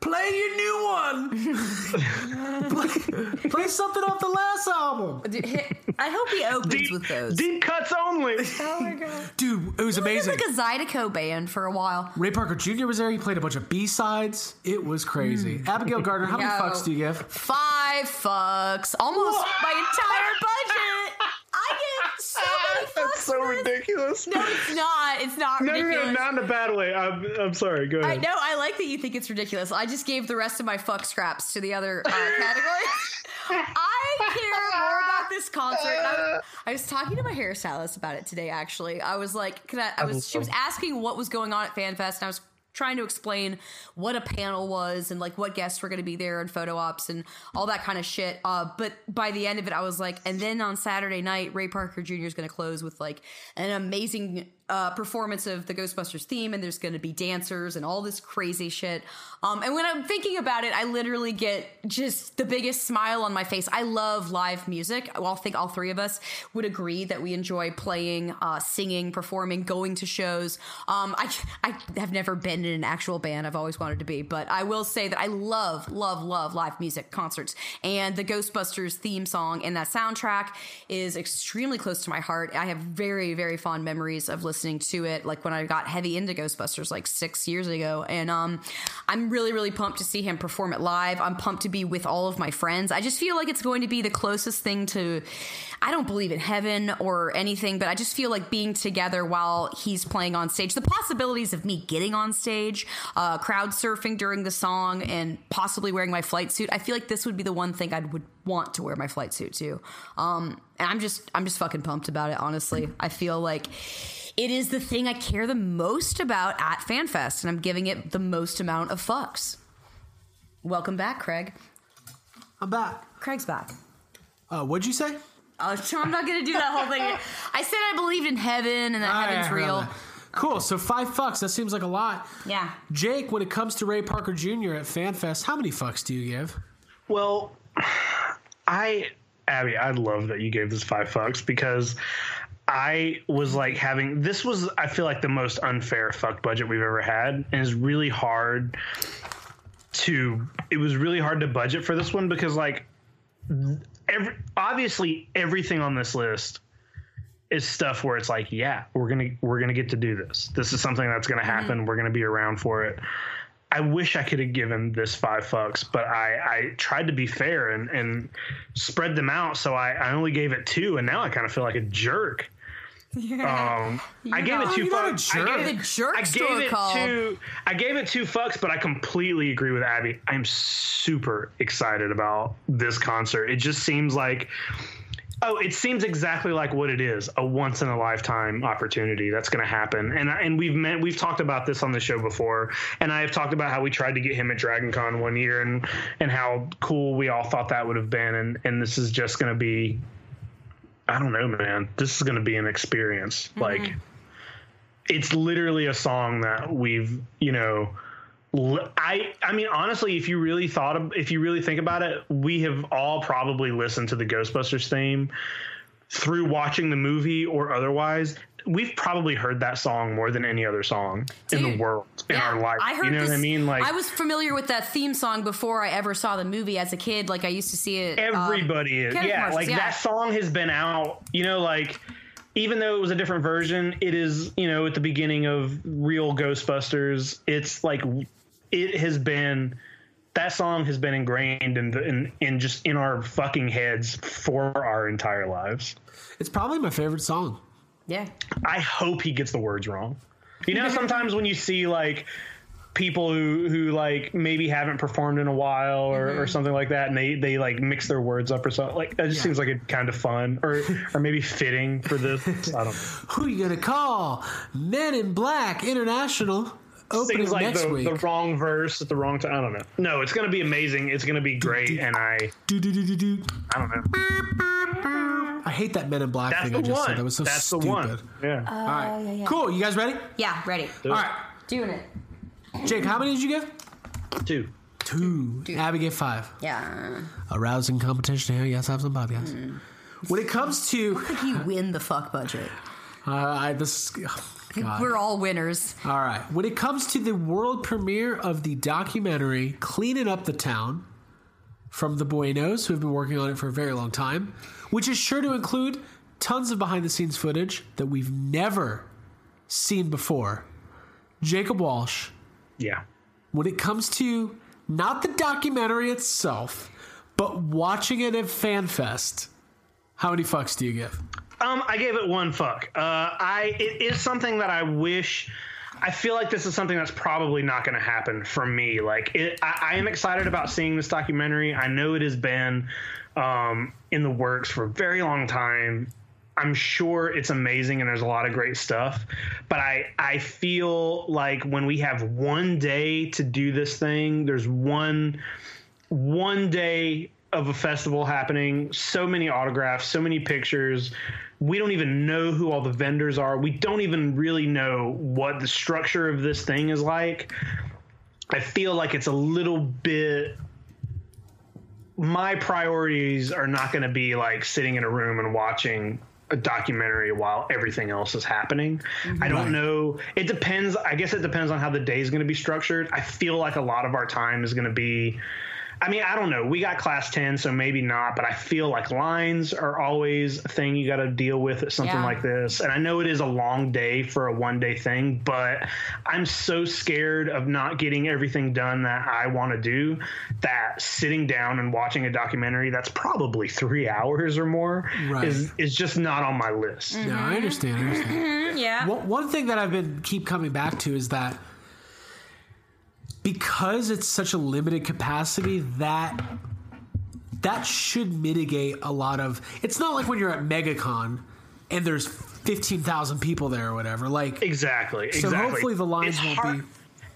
S1: play your new one. play, play something off the last album.
S6: Dude, hit- I hope he opens
S7: deep,
S6: with those.
S7: deep cuts only.
S6: Oh my god.
S1: Dude, it was amazing.
S6: like a Zydeco band for a while.
S1: Ray Parker Jr. was there. He played a bunch of B sides. It was crazy. Abigail Gardner, how many
S6: Yo.
S1: fucks do you give?
S6: Five fucks. Almost my entire budget. I get so many fucks.
S7: That's so
S6: for this.
S7: ridiculous.
S6: No, it's not. It's not
S7: no, no,
S6: ridiculous.
S7: no, not in a bad way. I'm, I'm sorry. Go
S6: I
S7: ahead.
S6: know. I like that you think it's ridiculous. I just gave the rest of my fuck scraps to the other uh, categories. I care more about this concert. and I, I was talking to my hairstylist about it today. Actually, I was like, "Can I?" I was. She was asking what was going on at FanFest, and I was trying to explain what a panel was and like what guests were going to be there and photo ops and all that kind of shit. Uh, but by the end of it, I was like, and then on Saturday night, Ray Parker Jr. is going to close with like an amazing uh, performance of the Ghostbusters theme, and there's going to be dancers and all this crazy shit. Um, and when I'm thinking about it, I literally get just the biggest smile on my face. I love live music. I think all three of us would agree that we enjoy playing, uh, singing, performing, going to shows. Um, I, I have never been in an actual band. I've always wanted to be, but I will say that I love, love, love live music concerts. And the Ghostbusters theme song and that soundtrack is extremely close to my heart. I have very, very fond memories of listening to it, like when I got heavy into Ghostbusters like six years ago. And um, I'm really, really pumped to see him perform it live. I'm pumped to be with all of my friends. I just feel like it's going to be the closest thing to, I don't believe in heaven or anything, but I just feel like being together while he's playing on stage. The possibilities of me getting on stage, uh, crowd surfing during the song, and possibly wearing my flight suit. I feel like this would be the one thing I would want to wear my flight suit to. Um, and I'm just, I'm just fucking pumped about it. Honestly, I feel like it is the thing I care the most about at FanFest, and I'm giving it the most amount of fucks. Welcome back, Craig.
S1: I'm back.
S6: Craig's back.
S1: Uh, what'd you say?
S6: Oh, so I'm not gonna do that whole thing. I said I believed in heaven and that
S1: Ah, yeah, I
S6: heaven's
S1: heard
S6: real.
S1: that. Cool. So five fucks. That seems like a lot.
S6: Yeah.
S1: Jake, when it comes to Ray Parker Jr. at FanFest, how many fucks do you give?
S7: Well, I Abby, I love that you gave this five fucks because I was like having this was I feel like the most unfair fuck budget we've ever had, and it's really hard to it was really hard to budget for this one because like every obviously everything on this list is stuff where it's like yeah we're gonna we're gonna get to do this this is something that's gonna happen we're gonna be around for it I wish I could have given this five fucks, but I, I tried to be fair and, and spread them out. So I, I only gave it two, and now I kind of feel like a jerk. Um, I gave it
S1: not-
S7: two
S1: you're not a
S7: fucks. I gave
S1: jerk.
S7: it-
S6: The jerk
S7: I
S6: store
S7: gave it
S6: called.
S7: two. I gave it two fucks, but I completely agree with Abby. I'm super excited about this concert. It just seems like Oh, it seems exactly like what it is a once in a lifetime opportunity that's going to happen. And and we've met, we've talked about this on the show before. And I have talked about how we tried to get him at Dragon Con one year and, and how cool we all thought that would have been. And, and this is just going to be, I don't know, man. This is going to be an experience.
S6: Mm-hmm.
S7: Like, it's literally a song that we've, you know, L- I I mean honestly, if you really thought ab- if you really think about it, we have all probably listened to the Ghostbusters theme through watching the movie or otherwise. We've probably heard that song more than any other song in the
S6: Dude,
S7: world in
S6: Yeah,
S7: our life. you know
S6: this-
S7: what I mean? Like
S6: I was familiar with that theme song before I ever saw the movie as a kid. Like I used to see it. um,
S7: everybody is.
S6: Kenneth
S7: Yeah,
S6: Marshall's,
S7: like
S6: yeah.
S7: that song has been out. You know, like even though it was a different version, it is you know at the beginning of real Ghostbusters. It's like w- it has been that song has been ingrained in the in, in just in our fucking heads for our entire lives.
S1: It's probably my favorite song.
S6: yeah.
S7: I hope he gets the words wrong. You know, sometimes when you see like people who who like maybe haven't performed in a while or,
S1: Mm-hmm.
S7: or something like that, and they they like mix their words up or something, like that just seems like a kind of fun or or maybe fitting for this. I don't know.
S1: Who you gonna call? Men in Black International opening
S7: Seems like
S1: next
S7: the,
S1: week.
S7: the wrong verse at the wrong time. I don't know. No, it's gonna be amazing. It's gonna be great, and I
S1: Do, do, do, do, do.
S7: I don't know.
S1: I hate that Men in Black
S7: That's
S1: thing
S7: the
S1: I just
S7: one.
S1: said. That was so
S7: That's
S1: stupid.
S7: the one. Yeah.
S1: All right, cool. You guys ready?
S6: Yeah. Ready.
S1: All right,
S6: Doing it.
S1: Jake. How many did you give? Uh,
S7: Two.
S1: Two. Abby gave five.
S6: Yeah.
S1: A rousing competition here. Yes, have some podcast.
S6: Hmm.
S1: When it comes to,
S6: I think you win the fuck budget.
S1: uh, I, this, oh,
S6: I think
S1: God.
S6: we're all winners.
S1: All right. When it comes to the world premiere of the documentary Cleaning Up the Town from the Buenos, who have been working on it for a very long time, which is sure to include tons of behind the scenes footage that we've never seen before, Jacob Walsh,
S7: Yeah.
S1: when it comes to not the documentary itself, but watching it at FanFest, how many fucks do you give?
S7: Um, I gave it one fuck. Uh, I it is something that I wish. I feel like this is something that's probably not going to happen for me. Like it, I, I am excited about seeing this documentary. I know it has been um, in the works for a very long time. I'm sure it's amazing and there's a lot of great stuff, but I I feel like when we have one day to do this thing, there's one one day of a festival happening, so many autographs, so many pictures. We don't even know who all the vendors are. We don't even really know what the structure of this thing is like. I feel like it's a little bit my priorities are not going to be like sitting in a room and watching a documentary while everything else is happening. I don't know. It depends. I guess it depends on how the day is going to be structured. I feel like a lot of our time is going to be. I mean, I don't know. We got class 10, so maybe not, but I feel like lines are always a thing you got to deal with at something
S6: Yeah.
S7: like this. And I know it is a long day for a one day thing, but I'm so scared of not getting everything done that I want to do that sitting down and watching a documentary that's probably three hours or more
S1: Right.
S7: is, is just not on my list.
S1: No, I understand. I understand.
S6: Yeah.
S1: One, one thing that I've been keep coming back to is that because it's such a limited capacity that that should mitigate a lot of it's not like when you're at megacon and there's 15,000 people there or whatever like
S7: Exactly. Exactly.
S1: hopefully the lines
S7: It's
S1: won't
S7: hard-
S1: be-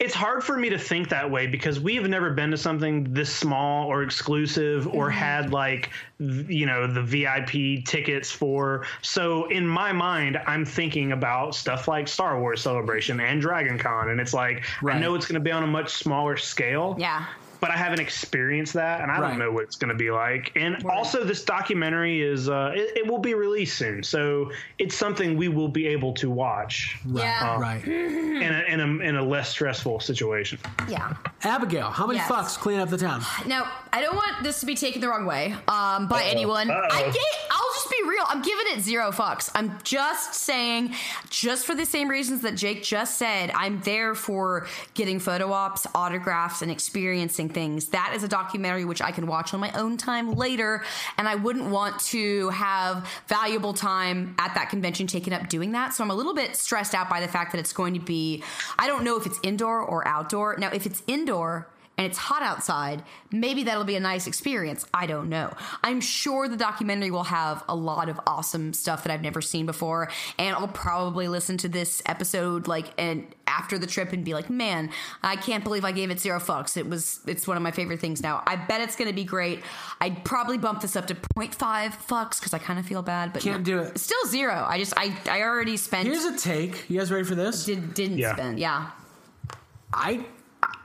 S7: It's hard for me to think that way because we have never been to something this small or exclusive or
S1: Mm-hmm.
S7: had like th- you know the VIP tickets for. So in my mind, I'm thinking about stuff like Star Wars Celebration and Dragon Con, and it's like I
S1: Right.
S7: know it's going to be on a much smaller scale
S6: Yeah.
S7: but I haven't experienced that, and I
S1: Right.
S7: don't know what it's going to be like. And also, this documentary is uh, it, it will be released soon, so it's something we will be able to watch
S6: Yeah.
S1: right
S7: in, a, in a in a less stressful situation.
S6: Yeah.
S1: Abigail how many
S6: Yes.
S1: fucks clean up the town
S6: Now, I don't want this to be taken the wrong way um, by anyone.
S7: Uh-oh.
S6: I get, I'll just be real. I'm giving it zero fucks. I'm just saying, just for the same reasons that Jake just said, I'm there for getting photo ops, autographs, and experiencing things. That is a documentary which I can watch on my own time later, and I wouldn't want to have valuable time at that convention taken up doing that. So I'm a little bit stressed out by the fact that it's going to be, I don't know if it's indoor or outdoor. Now, if it's indoor, and it's hot outside, maybe that'll be a nice experience. I don't know. I'm sure the documentary will have a lot of awesome stuff that I've never seen before, and I'll probably listen to this episode like and after the trip and be like, "Man, I can't believe I gave it zero fucks. It was it's one of my favorite things now. I bet it's going to be great. I'd probably bump this up to 0.5 fucks cuz I kind of feel bad, but
S1: Can't
S6: no.
S1: do it.
S6: Still zero. I just I I already spent
S1: Here's a take. You guys ready for this?
S6: did, didn't
S7: Yeah.
S6: spend. Yeah.
S1: I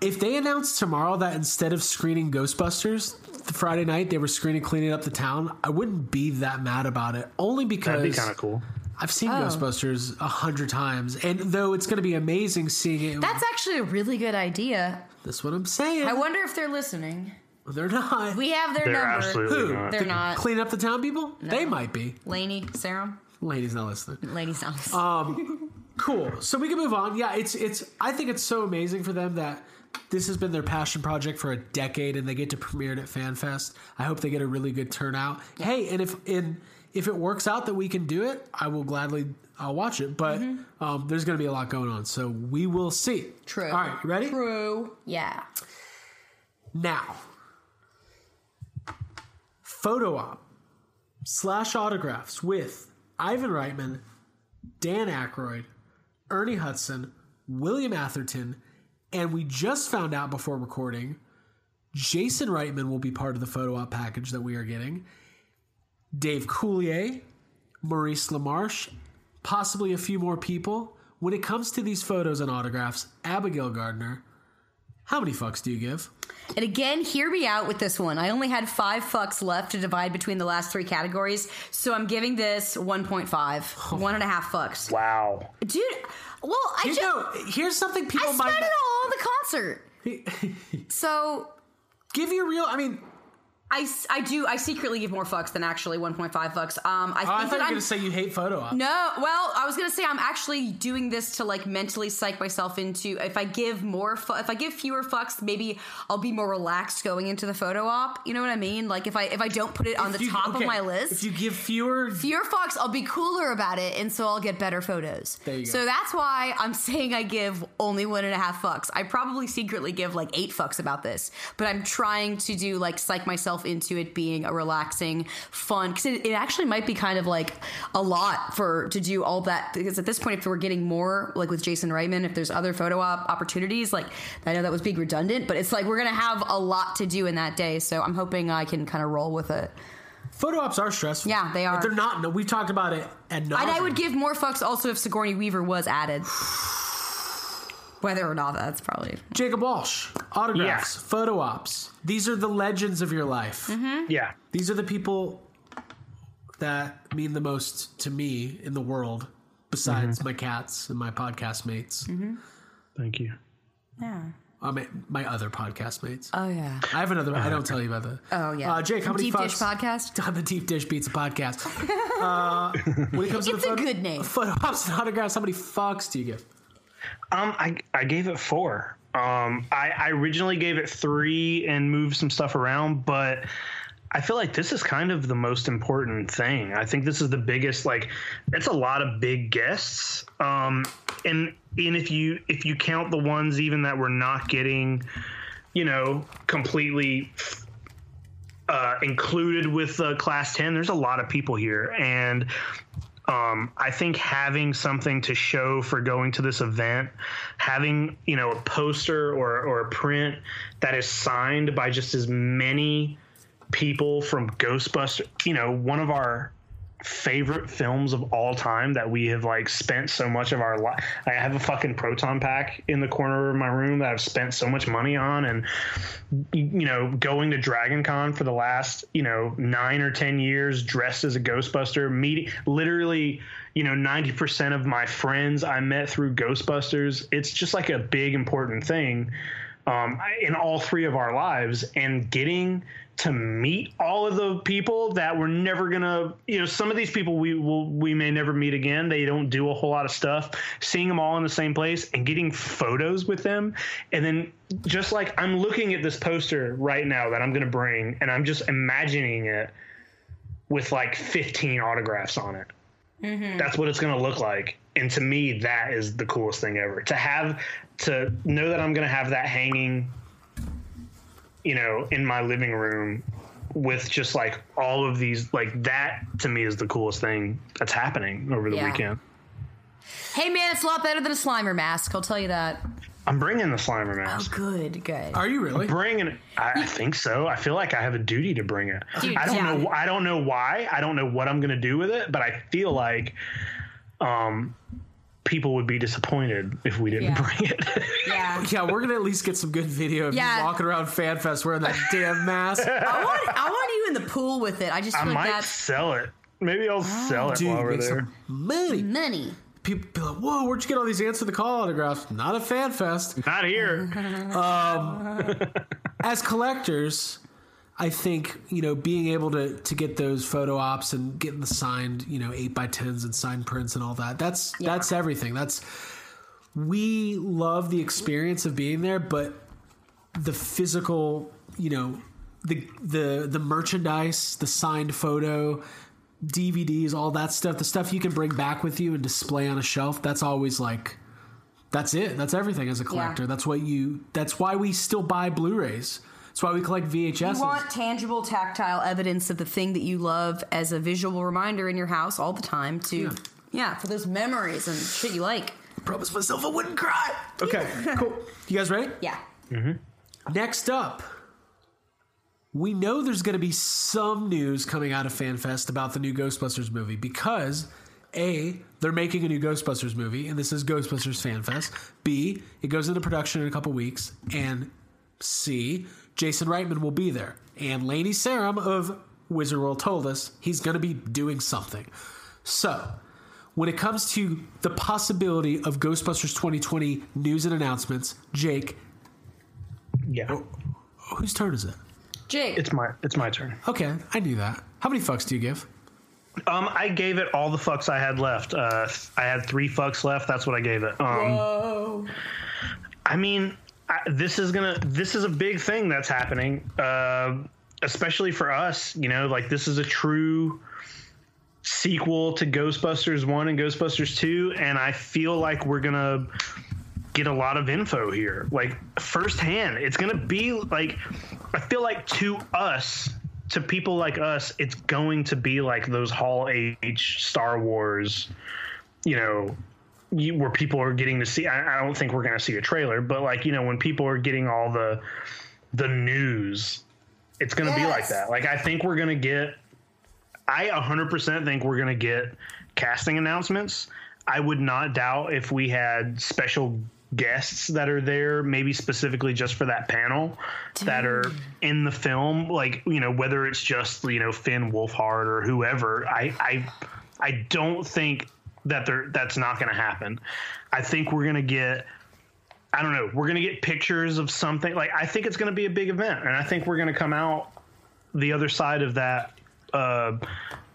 S1: if they announced tomorrow that instead of screening Ghostbusters the Friday night they were screening Cleaning Up the Town, I wouldn't be that mad about it. Only because
S7: That'd be kind of cool.
S1: I've seen
S6: Oh.
S1: Ghostbusters a hundred times, and though it's going to be amazing seeing it,
S6: That's actually a really good idea.
S1: that's what I'm saying.
S6: I wonder if they're listening.
S1: They're not.
S6: We uh, have their
S7: They're
S6: number.
S7: absolutely
S1: Who?
S7: not.
S6: They're not.
S1: Clean up the town people? They might be.
S6: Laney, Sarah,
S1: Lady's not listening.
S6: Laney's not. listening.
S1: Cool. So we can move on. Yeah, it's it's. I think it's so amazing for them that this has been their passion project for a decade, and they get to premiere it at FanFest. I hope they get a really good turnout. Hey, and if and if it works out that we can do it, I will gladly I'll watch it. But um, there's going to be a lot going on, so we will see.
S6: Mm-hmm. True.
S1: All right, you ready?
S6: True. Yeah.
S1: Now, photo op slash autographs with Ivan Reitman, Dan Aykroyd, Ernie Hudson, William Atherton, and we just found out before recording, Jason Reitman will be part of the photo op package that we are getting. Dave Coulier, Maurice LaMarche, possibly a few more people. When it comes to these photos and autographs, Abigail Gardner, how many fucks do you give?
S6: And again, hear me out with this one. I only had five fucks left to divide between the last three categories, so I'm giving this 1.5. One and a half fucks.
S7: Wow.
S6: Dude, well, I
S1: You
S6: just.
S1: know, here's something people
S6: I
S1: might
S6: spent it all on the concert. so
S1: give you real. I mean,
S6: I, s- I do I secretly give more fucks than actually 1.5 fucks. Um,
S1: oh,
S6: I think
S1: I thought
S6: that
S1: you were
S6: I'm-
S1: gonna say you hate photo op.
S6: No, well, I was gonna say I'm actually doing this to like mentally psych myself into. If I give more, fu- if I give fewer fucks, maybe I'll be more relaxed going into the photo op. You know what I mean? Like if I if I don't put it on
S1: If
S6: the
S1: you-
S6: top
S1: okay,
S6: of my
S1: If
S6: list,
S1: you give fewer,
S6: fewer fucks, I'll be cooler about it, and so I'll get better photos.
S1: There you go.
S6: So that's why I'm saying I give only one and a half fucks. I probably secretly give like eight fucks about this, but I'm trying to do like psych myself into it being a relaxing, fun because it, it actually might be kind of like a lot for to do all that because at this point, if we're getting more like with Jason Reitman, if there's other photo op opportunities, like I know that was being redundant, but it's like we're gonna have a lot to do in that day. So I'm hoping I can kind of roll with it.
S1: photo ops are stressful.
S6: Yeah, they
S1: But
S6: are.
S1: they're not. No, we've talked about it. And
S6: And I would give more fucks also if Sigourney Weaver was added. Whether or not that's probably.
S1: Jacob Walsh autographs,
S7: Yeah.
S1: photo ops. These are the legends of your life.
S6: Mm-hmm.
S7: Yeah.
S1: These are the people that mean the most to me in the world, besides my cats and my podcast mates.
S6: Mm-hmm.
S7: Thank you.
S6: Yeah.
S1: Uh, my, my other podcast mates.
S6: Oh yeah.
S1: I have another. I don't tell you about that.
S6: Oh yeah.
S1: Uh, Jake, how many
S6: Deep
S1: fucks?
S6: dish podcast?
S1: on the Deep Dish Pizza podcast. Uh, when it comes to
S6: It's
S1: the
S6: a
S1: photo,
S6: good name.
S1: Photo ops and autographs, how many fucks do you give?
S7: Um, I I gave it four. Um, I, I originally gave it three and moved some stuff around, but I feel like this is kind of the most important thing. I think this is the biggest. Like, it's a lot of big guests. Um, and and if you if you count the ones even that we're not getting, you know, completely uh, included with uh, class ten, there's a lot of people here, and um, I think having something to show for going to this event, having you know a poster or or a print that is signed by just as many people from Ghostbusters, you know, one of our favorite films of all time that we have like spent so much of our life. I have a fucking proton pack in the corner of my room that I've spent so much money on, and you know, going to Dragon Con for the last, you know, nine or 10 years dressed as a Ghostbuster, meeting literally, you know, 90% of my friends I met through Ghostbusters. It's just like a big, important thing um, in all three of our lives. And getting to meet all of the people that we're never going to, you know, some of these people we will, we may never meet again. They don't do a whole lot of stuff. Seeing them all in the same place and getting photos with them. And then just like I'm looking at this poster right now that I'm going to bring and I'm just imagining it with like 15 autographs on it. That's what it's going to look like. And to me, that is the coolest thing ever. To have, to know that I'm going to have that hanging you know, in my living room with just like all of these like that to me is the coolest thing that's happening over the
S6: Yeah.
S7: weekend.
S6: Hey man, it's a lot better than a Slimer mask. I'll tell you that.
S7: I'm bringing the Slimer
S6: Oh,
S7: mask.
S6: good, good.
S1: Are you really?
S7: Bringing, I, I think so. I feel like I have a duty to bring it.
S6: Dude,
S7: I don't
S6: yeah.
S7: know. I don't know why. I don't know what I'm gonna do with it, but I feel like, um, people would be disappointed if we didn't
S6: Yeah.
S7: bring it.
S6: Yeah.
S1: Yeah, we're gonna at least get some good video of
S6: Yeah.
S1: you walking around FanFest wearing that damn mask.
S6: I want, I want you in the pool with it. I just
S7: I
S6: feel like
S7: might
S6: that's Oh.
S7: sell it. Maybe I'll sell it
S1: Dude,
S7: while we're
S1: make
S7: there.
S1: some money.
S6: money.
S1: People be like, "Whoa, where'd you get all these answer the call autographs?" Not a FanFest.
S7: Not here.
S1: As collectors, I think you know being able to to get those photo ops and getting the signed you know eight by tens and signed prints and all that. That's that's everything. That's we love the experience of being there, but the physical, you know, the the the merchandise, the signed photo, DVDs, all that stuff, the stuff you can bring back with you and display on a shelf, that's always like that's it. That's everything as a collector. That's what you that's why we still buy Blu-rays. That's why we collect VHSs.
S6: You want tangible, tactile evidence of the thing that you love as a visual reminder in your house all the time to, yeah, for those memories and shit you like.
S1: promised myself I wouldn't cry. Okay, cool. You guys ready?
S6: Yeah.
S1: Next up, we know there's going to be some news coming out of FanFest about the new Ghostbusters movie because A, they're making a new Ghostbusters movie, and this is Ghostbusters FanFest. B, it goes into production in a couple weeks. And C, Jason Reitman will be there. And Laney Sarum of Wizard World told us he's going to be doing something. So, when it comes to the possibility of Ghostbusters 2020 news and announcements, Jake,
S7: yeah,
S1: Oh, whose turn is it?
S6: Jake.
S7: it's my it's my turn.
S1: Okay, I knew that. How many fucks do you give?
S7: Um, I gave it all the fucks I had left. Uh, I had three fucks left. That's what I gave it. Um, I mean, I, this is gonna. This is a big thing that's happening, uh, especially for us. You know, like this is a true sequel to Ghostbusters One and Ghostbusters Two, and I feel like we're gonna get a lot of info here, like firsthand. It's gonna be like, I feel like to us, to people like us, it's going to be like those Hall H Star Wars, you know, you, where people are getting to see. I, I don't think we're going to see a trailer, but like you know, when people are getting all the the news, it's going to be like
S6: Yes.
S7: that. Like I think we're going to get. I 100% think we're going to get casting announcements. I would not doubt if we had special guests that are there, maybe specifically just for that panel that are in the film. Like, you know, whether it's just, you know, Finn Wolfhard or whoever, I I I don't think that they're that's not gonna happen. I think we're gonna get I don't know, we're gonna get pictures of something. Like I think it's gonna be a big event and I think we're gonna come out the other side of that uh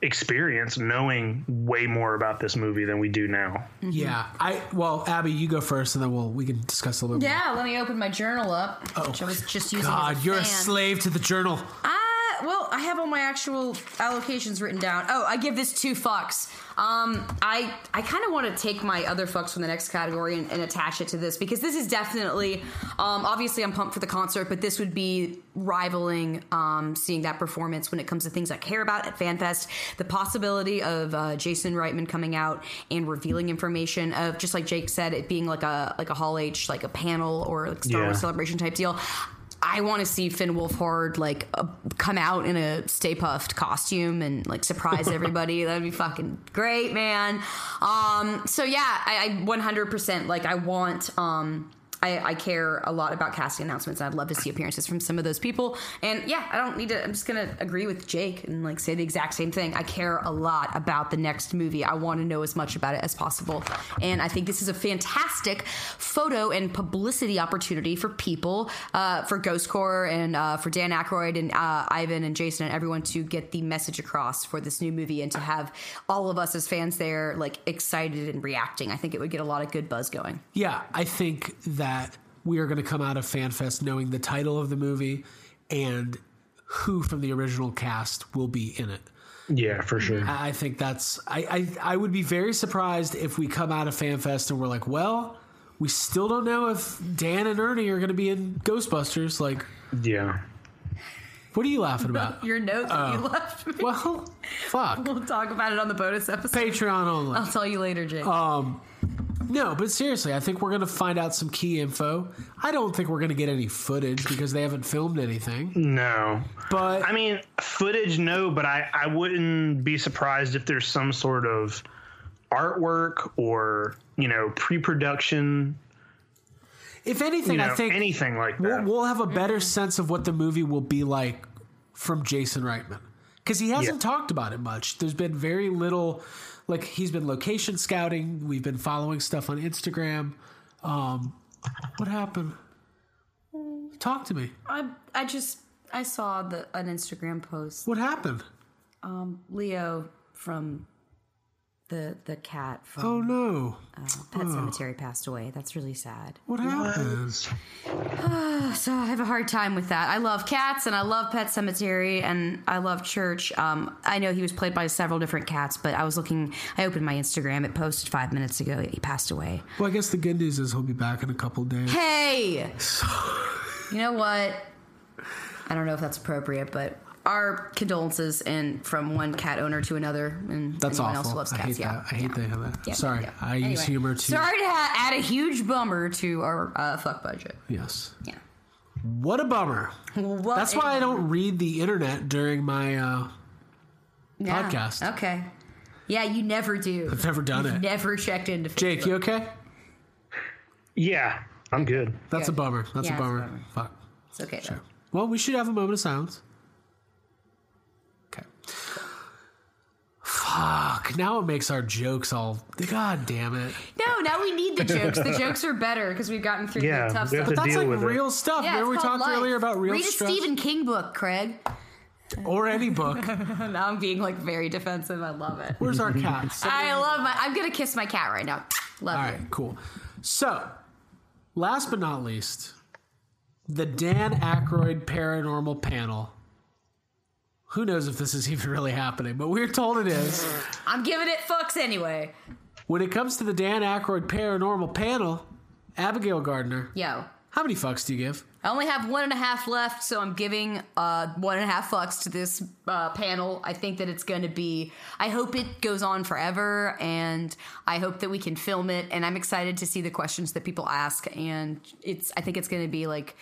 S7: experience knowing way more about this movie than we do now.
S6: Mm-hmm.
S1: Yeah, I well, Abby, you go first, and then we'll we can discuss a little bit.
S6: yeah, let me open my journal up, which I was just using.
S1: Oh, God,
S6: as a
S1: you're a
S6: fan.
S1: slave to the journal.
S6: I well, I have all my actual allocations written down. Oh, I give this two fucks. Um, I I kind of want to take my other fucks from the next category and, and attach it to this because this is definitely, um, obviously I'm pumped for the concert, but this would be rivaling um, seeing that performance when it comes to things I care about at FanFest. The possibility of uh, Jason Reitman coming out and revealing information of just like Jake said, it being like a like a Hall H like a panel or like Star
S7: Yeah.
S6: Wars celebration type deal. I want to see Finn Wolfhard like uh, come out in a Stay Puffed costume and like surprise everybody. That'd be fucking great, man. Um, so yeah, I, I 100% like I want. Um, I, I care a lot about casting announcements. I'd love to see appearances from some of those people. And yeah, I don't need to. I'm just gonna agree with Jake and like say the exact same thing. I care a lot about the next movie. I want to know as much about it as possible. And I think this is a fantastic photo and publicity opportunity for people, uh, for Ghost Core and uh, for Dan Aykroyd and uh, Ivan and Jason and everyone to get the message across for this new movie and to have all of us as fans there like excited and reacting. I think it would get a lot of good buzz going.
S1: Yeah, I think that we are going to come out of FanFest knowing the title of the movie and who from the original cast will be in it.
S7: Yeah, for sure.
S1: I I think that's I, I I would be very surprised if we come out of FanFest and we're like, well, we still don't know if Dan and Ernie are going to be in Ghostbusters. Like,
S7: Yeah.
S1: What are you laughing about?
S6: Your note that you left me.
S1: well, fuck.
S6: We'll oh. talk about it on the bonus episode.
S1: Patreon only.
S6: I'll tell you later, Jake.
S1: No, but seriously, I think we're going to find out some key info. I don't think we're going to get any footage because they haven't filmed anything.
S7: No.
S1: But
S7: I mean, footage, no, but I, I wouldn't be surprised if there's some sort of artwork or, you know, pre production,
S1: if anything,
S7: you know,
S1: I think
S7: anything like
S1: we'll,
S7: that.
S1: we'll have a better sense of what the movie will be like from Jason Reitman because he hasn't
S7: Yeah.
S1: talked about it much. There's been very little, like he's been location scouting. We've been following stuff on Instagram. Um, what happened? Talk to me.
S6: I, I just I saw the an Instagram post.
S1: What happened?
S6: Um, Leo from the the cat from
S1: Oh no!
S6: uh, Pet Cemetery passed away. That's really sad.
S1: What happened?
S6: So I have a hard time with that. I love cats and I love Pet Cemetery and I love church. Um, I know he was played by several different cats, but I was looking. I opened my Instagram. It posted five minutes ago. that He passed away.
S1: Well, I guess the good news is he'll be back in a couple days.
S6: Hey, you know what? I don't know if that's appropriate, but our condolences and from one cat owner to another, and
S1: That's
S6: anyone
S1: awful.
S6: else who loves
S1: I
S6: cats.
S1: hate
S6: yeah,
S1: that. I hate
S6: yeah.
S1: that. that.
S6: Yeah,
S1: Sorry,
S6: yeah.
S1: I use
S6: Anyway.
S1: humor to.
S6: Sorry to ha- add a huge bummer to our uh, fuck budget.
S1: Yes.
S6: Yeah.
S1: What a bummer.
S6: What
S1: That's
S6: a-
S1: why I don't read the internet during my. Uh,
S6: Yeah.
S1: podcast.
S6: Okay. Yeah, you never do.
S1: I've never done it.
S6: Never checked into Facebook.
S1: Jake, you okay?
S7: yeah, I'm good.
S1: That's a
S6: Good.
S1: bummer. That's a
S6: Yeah, it's a
S1: bummer.
S6: bummer.
S1: Fuck.
S6: It's okay. though.
S1: Well, we should have a moment of silence. Okay. Fuck. Now it makes our jokes all. God damn it.
S6: No, now we need the jokes. The jokes are better because we've gotten through
S7: Yeah,
S6: the tough
S7: we have
S6: stuff.
S7: to
S1: But that's
S7: deal
S1: like
S7: with it.
S1: real stuff.
S6: yeah,
S1: Remember
S6: it's
S1: we
S6: called
S1: talked
S6: life.
S1: earlier about real
S6: Read
S1: stress
S6: a Stephen King book, Craig.
S1: or any book.
S6: Now I'm being like very defensive. I love it.
S1: Where's our cats?
S6: I love my. I'm gonna kiss my cat right now. Love
S1: All
S6: you.
S1: right, cool. So, last but not least, the Dan Aykroyd paranormal panel. Who knows if this is even really happening, but we're told it is.
S6: I'm giving it fucks anyway.
S1: When it comes to the Dan Aykroyd paranormal panel, Abigail Gardner,
S6: Yo,
S1: how many fucks do you give?
S6: I only have one and a half left, so I'm giving uh, one and a half fucks to this uh, panel. I think that it's going to be. I hope it goes on forever, and I hope that we can film it. And I'm excited to see the questions that people ask. And it's. I think it's going to be like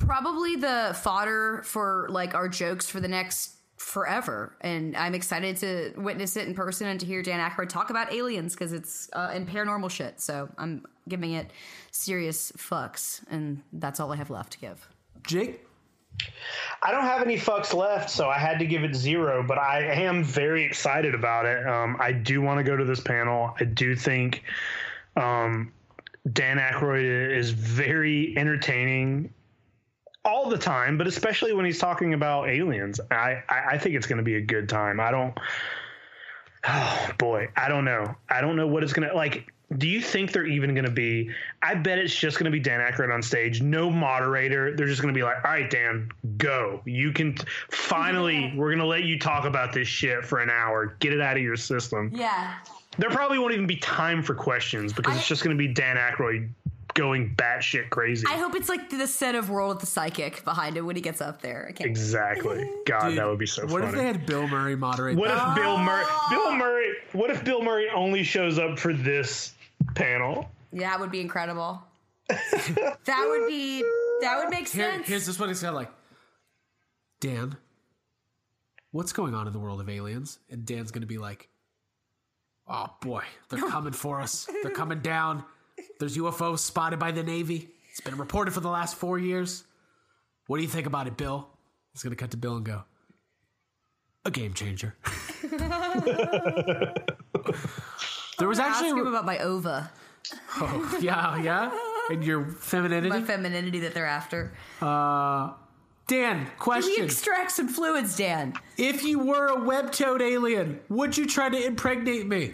S6: probably the fodder for like our jokes for the next forever. And I'm excited to witness it in person and to hear Dan Aykroyd talk about aliens because it's uh, and paranormal shit. So I'm giving it serious fucks, and that's all I have left to give.
S1: Jake?
S7: I don't have any fucks left, so I had to give it zero, but I am very excited about it. Um, I do want to go to this panel. I do think um, Dan Aykroyd is very entertaining all the time, but especially when he's talking about aliens. I, I, I think it's going to be a good time. I don't. Oh, boy. I don't know. I don't know what it's going to. Like, do you think they're even going to be? I bet it's just going to be Dan Aykroyd on stage, no moderator. They're just going to be like, all right, Dan, go. You can finally, we're going to let you talk about this shit for an hour. Get it out of your system.
S6: Yeah,
S7: There probably won't even be time for questions because
S6: I-
S7: it's just going to be Dan Aykroyd going batshit crazy.
S6: I hope it's like the set of World of the Psychic behind it when he gets up there. I can't.
S7: exactly. God, Uh, that would be so
S1: What
S7: funny.
S1: if they had Bill Murray moderate?
S7: what
S1: that?
S7: if Bill Murray? Bill
S6: Ah.
S7: Murray. What if Bill Murray only shows up for this panel?
S6: Yeah, that would be incredible. that would be. That would make
S1: Here,
S6: sense.
S1: here's this one. It's got like, Dan, what's going on in the world of aliens? And Dan's going to be like, oh boy, they're coming for us. They're coming down. There's UFOs spotted by the Navy. It's been reported for the last four years. What do you think about it, Bill? It's going to cut to Bill and go, a game changer. there was
S6: Ask him
S1: actually,
S6: about my ova,
S1: oh, yeah, yeah, and your
S6: my
S1: femininity.
S6: femininity that they're after.
S1: Dan,
S6: Can we
S1: question.
S6: extract some fluids, Dan?
S1: If you were a web-toed alien, would you try to impregnate me?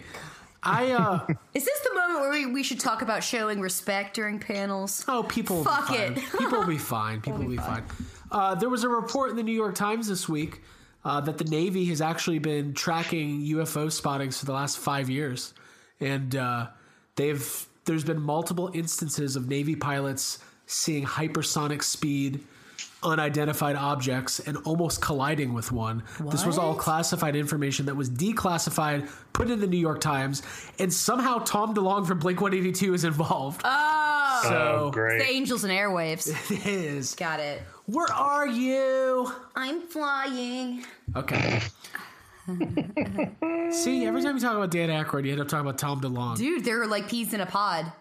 S1: I uh
S6: Is this the moment where we, we should talk about showing respect during panels?
S1: oh people will
S6: Fuck
S1: be fine.
S6: it.
S1: People will be fine. People will be fine. Uh, there was a report in the New York Times this week uh, that the Navy has actually been tracking UFO spottings for the last five years, and uh, they've there's been multiple instances of Navy pilots seeing hypersonic speed unidentified objects and almost colliding with one. This was all
S6: What?
S1: classified information that was declassified, put in the New York Times, and somehow Tom DeLong from Blink 182 is involved.
S6: Oh,
S1: so
S7: oh,
S6: it's the
S7: great.
S6: angels and airwaves.
S1: it is.
S6: Got it.
S1: Where are you?
S6: I'm flying.
S1: Okay. See, every time you talk about Dan Aykroyd, you end up talking about Tom DeLong.
S6: Dude, they're like peas in a pod.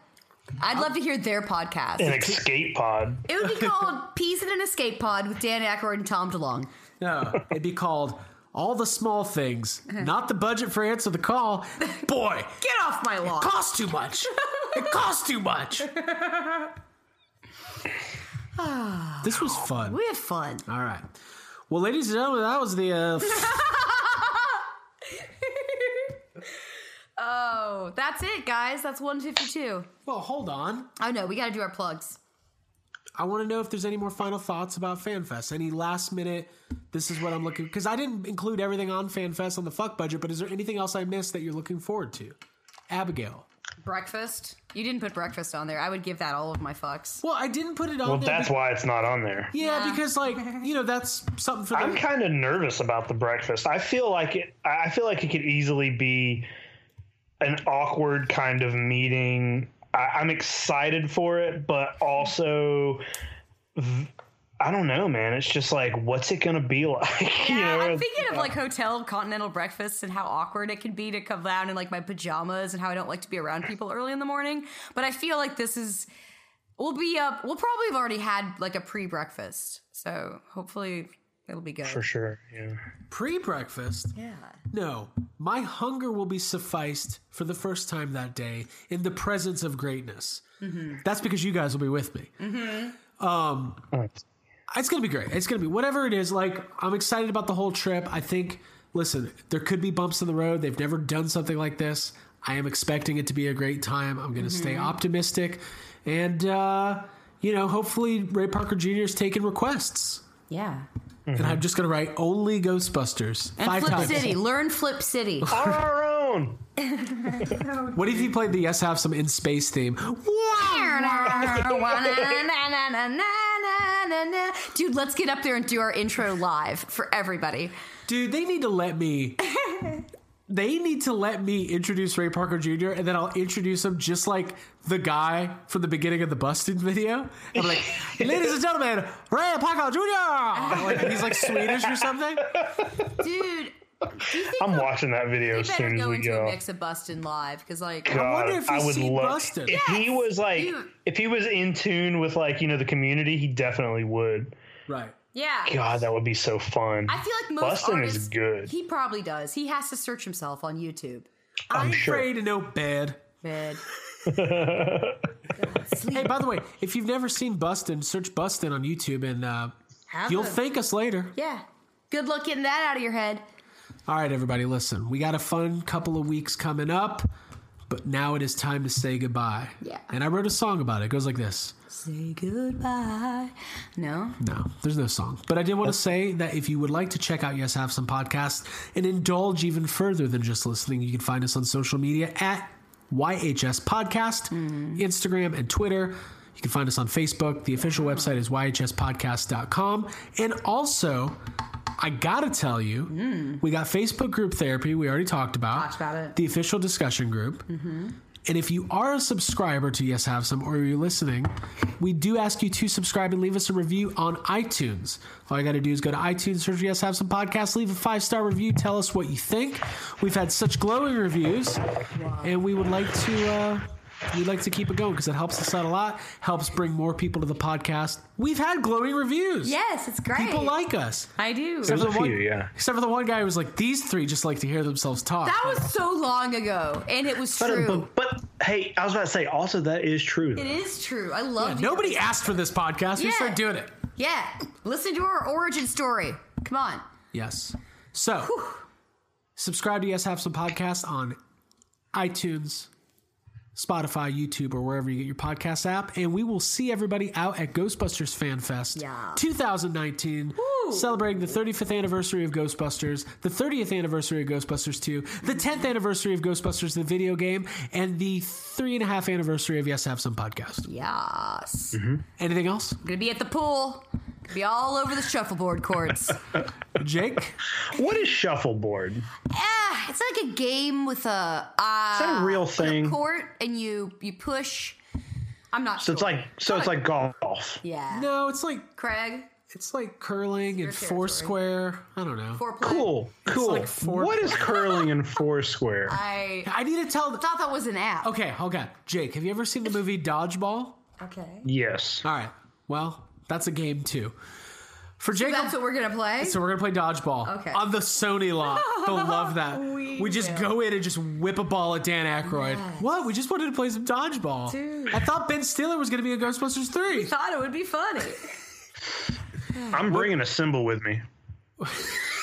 S6: I'd love to hear their podcast.
S7: An escape pod.
S6: It would be called Peas in an Escape Pod with Dan Aykroyd and Tom DeLong.
S1: No, it'd be called All the Small Things, not the budget for Answer the Call. Boy, it
S6: Get off my lawn.
S1: costs too much. It costs too much. this was fun.
S6: We have fun.
S1: All right. Well, ladies and gentlemen, that was the. Uh,
S6: oh, that's it, guys. That's 152.
S1: well, hold on.
S6: Oh, no, we got to do our plugs.
S1: I want to know if there's any more final thoughts about FanFest. Any last minute, this is what I'm looking because I didn't include everything on FanFest on the fuck budget. But is there anything else I missed that you're looking forward to, Abigail?
S6: Breakfast. You didn't put breakfast on there. I would give that all of my fucks.
S1: Well, I didn't put it on.
S7: Well,
S1: there
S7: that's
S1: be-
S7: why it's not on there.
S1: Yeah, because like you know that's something for
S7: I'm
S1: the
S7: kind of nervous about the breakfast. I feel like it. I I feel like it could easily be an awkward kind of meeting. I, I'm excited for it, but also, v- I don't know, man. It's just like, what's it gonna be like? you
S6: Yeah,
S7: know,
S6: I'm thinking of like hotel continental breakfasts and how awkward it can be to come down in like my pajamas and how I don't like to be around people early in the morning. But I feel like this is we'll be up. We'll probably have already had like a pre-breakfast, so hopefully it'll be good.
S7: for sure. Yeah.
S1: pre-breakfast.
S6: Yeah.
S1: No, my hunger will be sufficed for the first time that day in the presence of greatness. That's because you guys will be with me.
S7: Oh,
S1: It's gonna be great. It's gonna be whatever it is. Like I'm excited about the whole trip. I think. Listen, there could be bumps in the road. They've never done something like this. I am expecting it to be a great time. I'm gonna stay
S6: Mm-hmm.
S1: optimistic, and uh, you know, hopefully Ray Parker Jr. is taking requests.
S6: Yeah.
S1: And I'm just gonna write only Ghostbusters
S6: Mm-hmm. And
S1: five
S6: Flip
S1: times.
S6: City. Learn Flip City.
S7: On our own.
S1: What if you played the Yes Have Some in Space theme?
S6: Dude, let's get up there and do our intro live for everybody.
S1: Dude, they need to let me. They need to let me introduce Ray Parker Jr. and then I'll introduce him just like the guy from the beginning of the Busted video. I'm like, ladies and gentlemen, Ray Parker Jr. Like, he's like Swedish or something.
S6: Dude, do you think
S7: I'm
S6: the-
S7: watching that video
S6: We
S7: as
S6: better
S7: soon as
S6: go
S7: we
S6: into
S7: go.
S6: a mix of Bustin' Live because, like,
S1: I wonder if he's seen Busted.
S7: If he
S6: Yes!
S7: was like,
S6: You-
S7: if he was in tune with like you know the community, he definitely would.
S1: Right.
S6: yeah.
S7: God, that would be so fun.
S6: I feel like most
S7: Bustin'
S6: artists,
S7: is good.
S6: He probably does. He has to search himself on YouTube.
S1: I'm,
S7: sure.
S1: afraid of no bed.
S6: Bed.
S1: Hey, by the way, if you've never seen Bustin', search Bustin' on YouTube and uh,
S6: Have
S1: you'll
S6: a-
S1: thank us later.
S6: Yeah. Good luck getting that out of your head.
S1: All right, everybody, listen. We got a fun couple of weeks coming up, but now it is time to say goodbye.
S6: Yeah.
S1: And I wrote a song about it. It goes like this.
S6: Say goodbye. No.
S1: No, there's no song. But I did want to say that if you would like to check out Yes Have Some Podcast and indulge even further than just listening, you can find us on social media at YHS Podcast,
S6: Mm-hmm.
S1: Instagram and Twitter. You can find us on Facebook. The official website is yhspodcast.com. And also, I gotta tell you, we got Facebook group therapy. We already talked about.
S6: Mm. Talked about it. Mm-hmm.
S1: The official discussion group. And if you are a subscriber to Yes Have Some or you're listening, we do ask you to subscribe and leave us a review on iTunes. All you got to do is go to iTunes, search Yes Have Some podcast, leave a five star review, tell us what you think. We've had such glowing reviews, and we would like to. Uh, We'd like to keep it going because it helps us out a lot, helps bring more people to the podcast. We've had glowing reviews.
S6: Yes, it's great.
S1: People like us.
S6: I do.
S1: Except for, the
S7: There's a
S1: one,
S7: few, yeah.
S1: except for the one guy who was like, these three just like to hear themselves talk.
S6: that was so long ago, and it was
S7: But,
S6: true.
S7: but, but hey, I was about to say also that is true.
S6: It is true. I love
S1: Yeah,
S6: you.
S1: nobody asked for this podcast. We
S6: Yeah.
S1: started doing it.
S6: Yeah. Listen to our origin story. Come on.
S1: Yes. So, subscribe to Yes Have Some Podcast on iTunes, Spotify, YouTube, or wherever you get your podcast app. And we will see everybody out at Ghostbusters Fan Fest
S6: Yeah.
S1: 2019, celebrating the 35th anniversary of Ghostbusters, the 30th anniversary of Ghostbusters 2, the 10th anniversary of Ghostbusters, the video game, and the three and a half anniversary of Yes Have Some Podcast.
S6: Yes.
S1: Anything else?
S6: Gonna be at the pool. Be all over the shuffleboard courts.
S1: Jake,
S7: What is shuffleboard? Is
S6: Ah, it's like a game with a uh,
S7: that a real thing?
S6: court, and you you push. I'm not
S7: So
S6: sure.
S7: it's like so it's like golf.
S6: yeah,
S1: no, it's like
S6: Craig.
S1: it's like curling and
S6: territory.
S1: foursquare. I don't know.
S6: Foreplay.
S7: Cool, cool.
S1: like four-
S7: what is curling in Foursquare?
S6: I
S1: I need to tell. The-
S6: thought that was an app.
S1: okay, oh god, Jake, have you ever seen the movie Dodgeball?
S6: Okay.
S7: yes.
S1: All right, well, that's a game too. For Jacob,
S6: That's what we're gonna play.
S1: So we're gonna play dodgeball.
S6: Okay.
S1: On the Sony lot. They'll love that.
S6: We
S1: we just
S6: will.
S1: go in and just whip a ball at Dan Aykroyd. What? We just wanted to play some dodgeball.
S6: Dude.
S1: I thought Ben Stiller was gonna be in Ghostbusters 3.
S6: thought it would be funny. Mm.
S7: I'm bringing a symbol with me.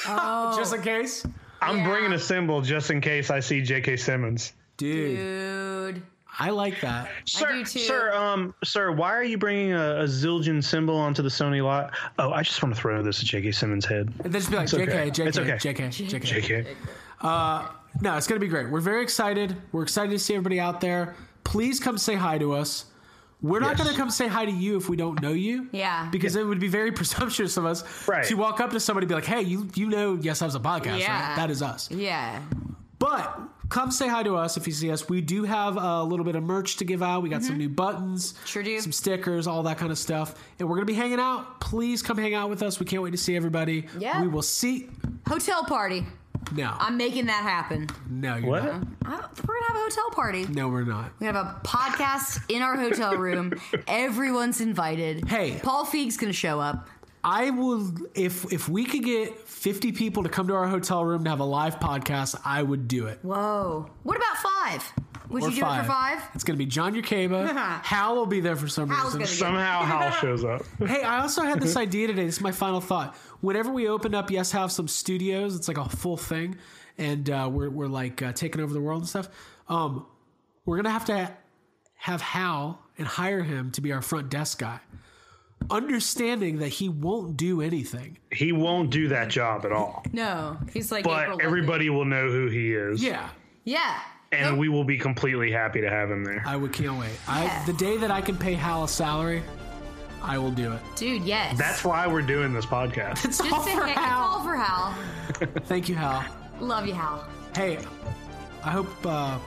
S1: Just in case.
S7: I'm
S6: Yeah.
S7: bringing a symbol just in case I see J.K. Simmons.
S1: Dude,
S6: Dude.
S1: I like that.
S7: Sir,
S6: do too.
S7: sir, um, sir, why are you bringing a, a Zildjian symbol onto the Sony lot? Oh, I just want to throw this at J.K. Simmons' head.
S1: And then just be like, JK,
S7: okay.
S1: JK,
S7: It's okay.
S1: JK, JK,
S7: J.K.
S1: No, it's gonna be great. We're very excited. We're excited to see everybody out there. Please come say hi to us. We're not
S7: Yes.
S1: going to come say hi to you if we don't know you.
S6: Yeah.
S1: Because it would be very presumptuous of us
S7: Right.
S1: to walk up to somebody and be like, hey, you, you know Yes Hub's a podcast,
S6: Yeah.
S1: right? That is us.
S6: Yeah.
S1: But come say hi to us if you see us. We do have a little bit of merch to give out. We got some
S6: Mm-hmm.
S1: new buttons,
S6: Sure do.
S1: some stickers, all that kind of stuff. And we're going to be hanging out. Please come hang out with us. We can't wait to see everybody.
S6: Yeah.
S1: We will see.
S6: Hotel party.
S1: No.
S6: I'm making that happen.
S1: no, you're
S7: What?
S1: not.
S6: I don't- we're gonna have a hotel party.
S1: No, we're not.
S6: We have a podcast in our hotel room. Everyone's invited.
S1: Hey.
S6: Paul Feig's gonna show up.
S1: I will if if we could get 50 people to come to our hotel room to have a live podcast, I would do it.
S6: Whoa. What about five? Would
S1: Or
S6: you do it for five?
S1: It's going to be John Yerkeba. Hal will be there for some
S6: Hal's
S1: reason.
S6: gonna get-
S7: Somehow Hal shows up.
S1: Hey, I also had this idea today. This is my final thought. Whenever we opened up Yes Have Some Studios, it's like a full thing, and uh, we're, we're like uh, taking over the world and stuff. Um, we're going to have to have Hal and hire him to be our front desk guy, understanding that he won't do anything.
S7: He won't do that job at all,
S6: No. He's like April
S7: but
S6: Ludwig.
S7: everybody will know who he is.
S1: Yeah.
S6: Yeah.
S7: and we will be completely happy to have him there.
S1: I would can't wait. I the day that I can pay Hal a salary, I will do it.
S6: Dude, yes.
S7: That's why we're doing this podcast.
S1: It's all
S6: just say
S1: for
S6: hey,
S1: Hal.
S6: call for Hal.
S1: Thank you, Hal.
S6: Love you, Hal.
S1: Hey, I hope uh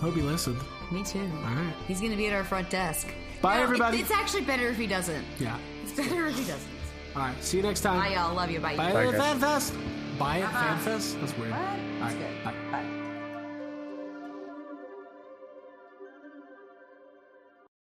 S1: hope you listened.
S6: Me too.
S1: All right.
S6: He's gonna be at our front desk.
S1: Bye,
S6: it-
S1: everybody.
S6: It's actually better if he doesn't.
S1: Yeah.
S6: It's better if he doesn't.
S1: All right. See you next time.
S6: Bye, y'all. Love you. Bye.
S1: Bye
S7: Bye,
S1: at
S7: guys.
S1: FanFest. Bye at
S6: Bye-bye.
S1: FanFest. That's weird. All
S6: Bye.
S1: right.
S6: That's good.
S1: Bye.
S6: Bye.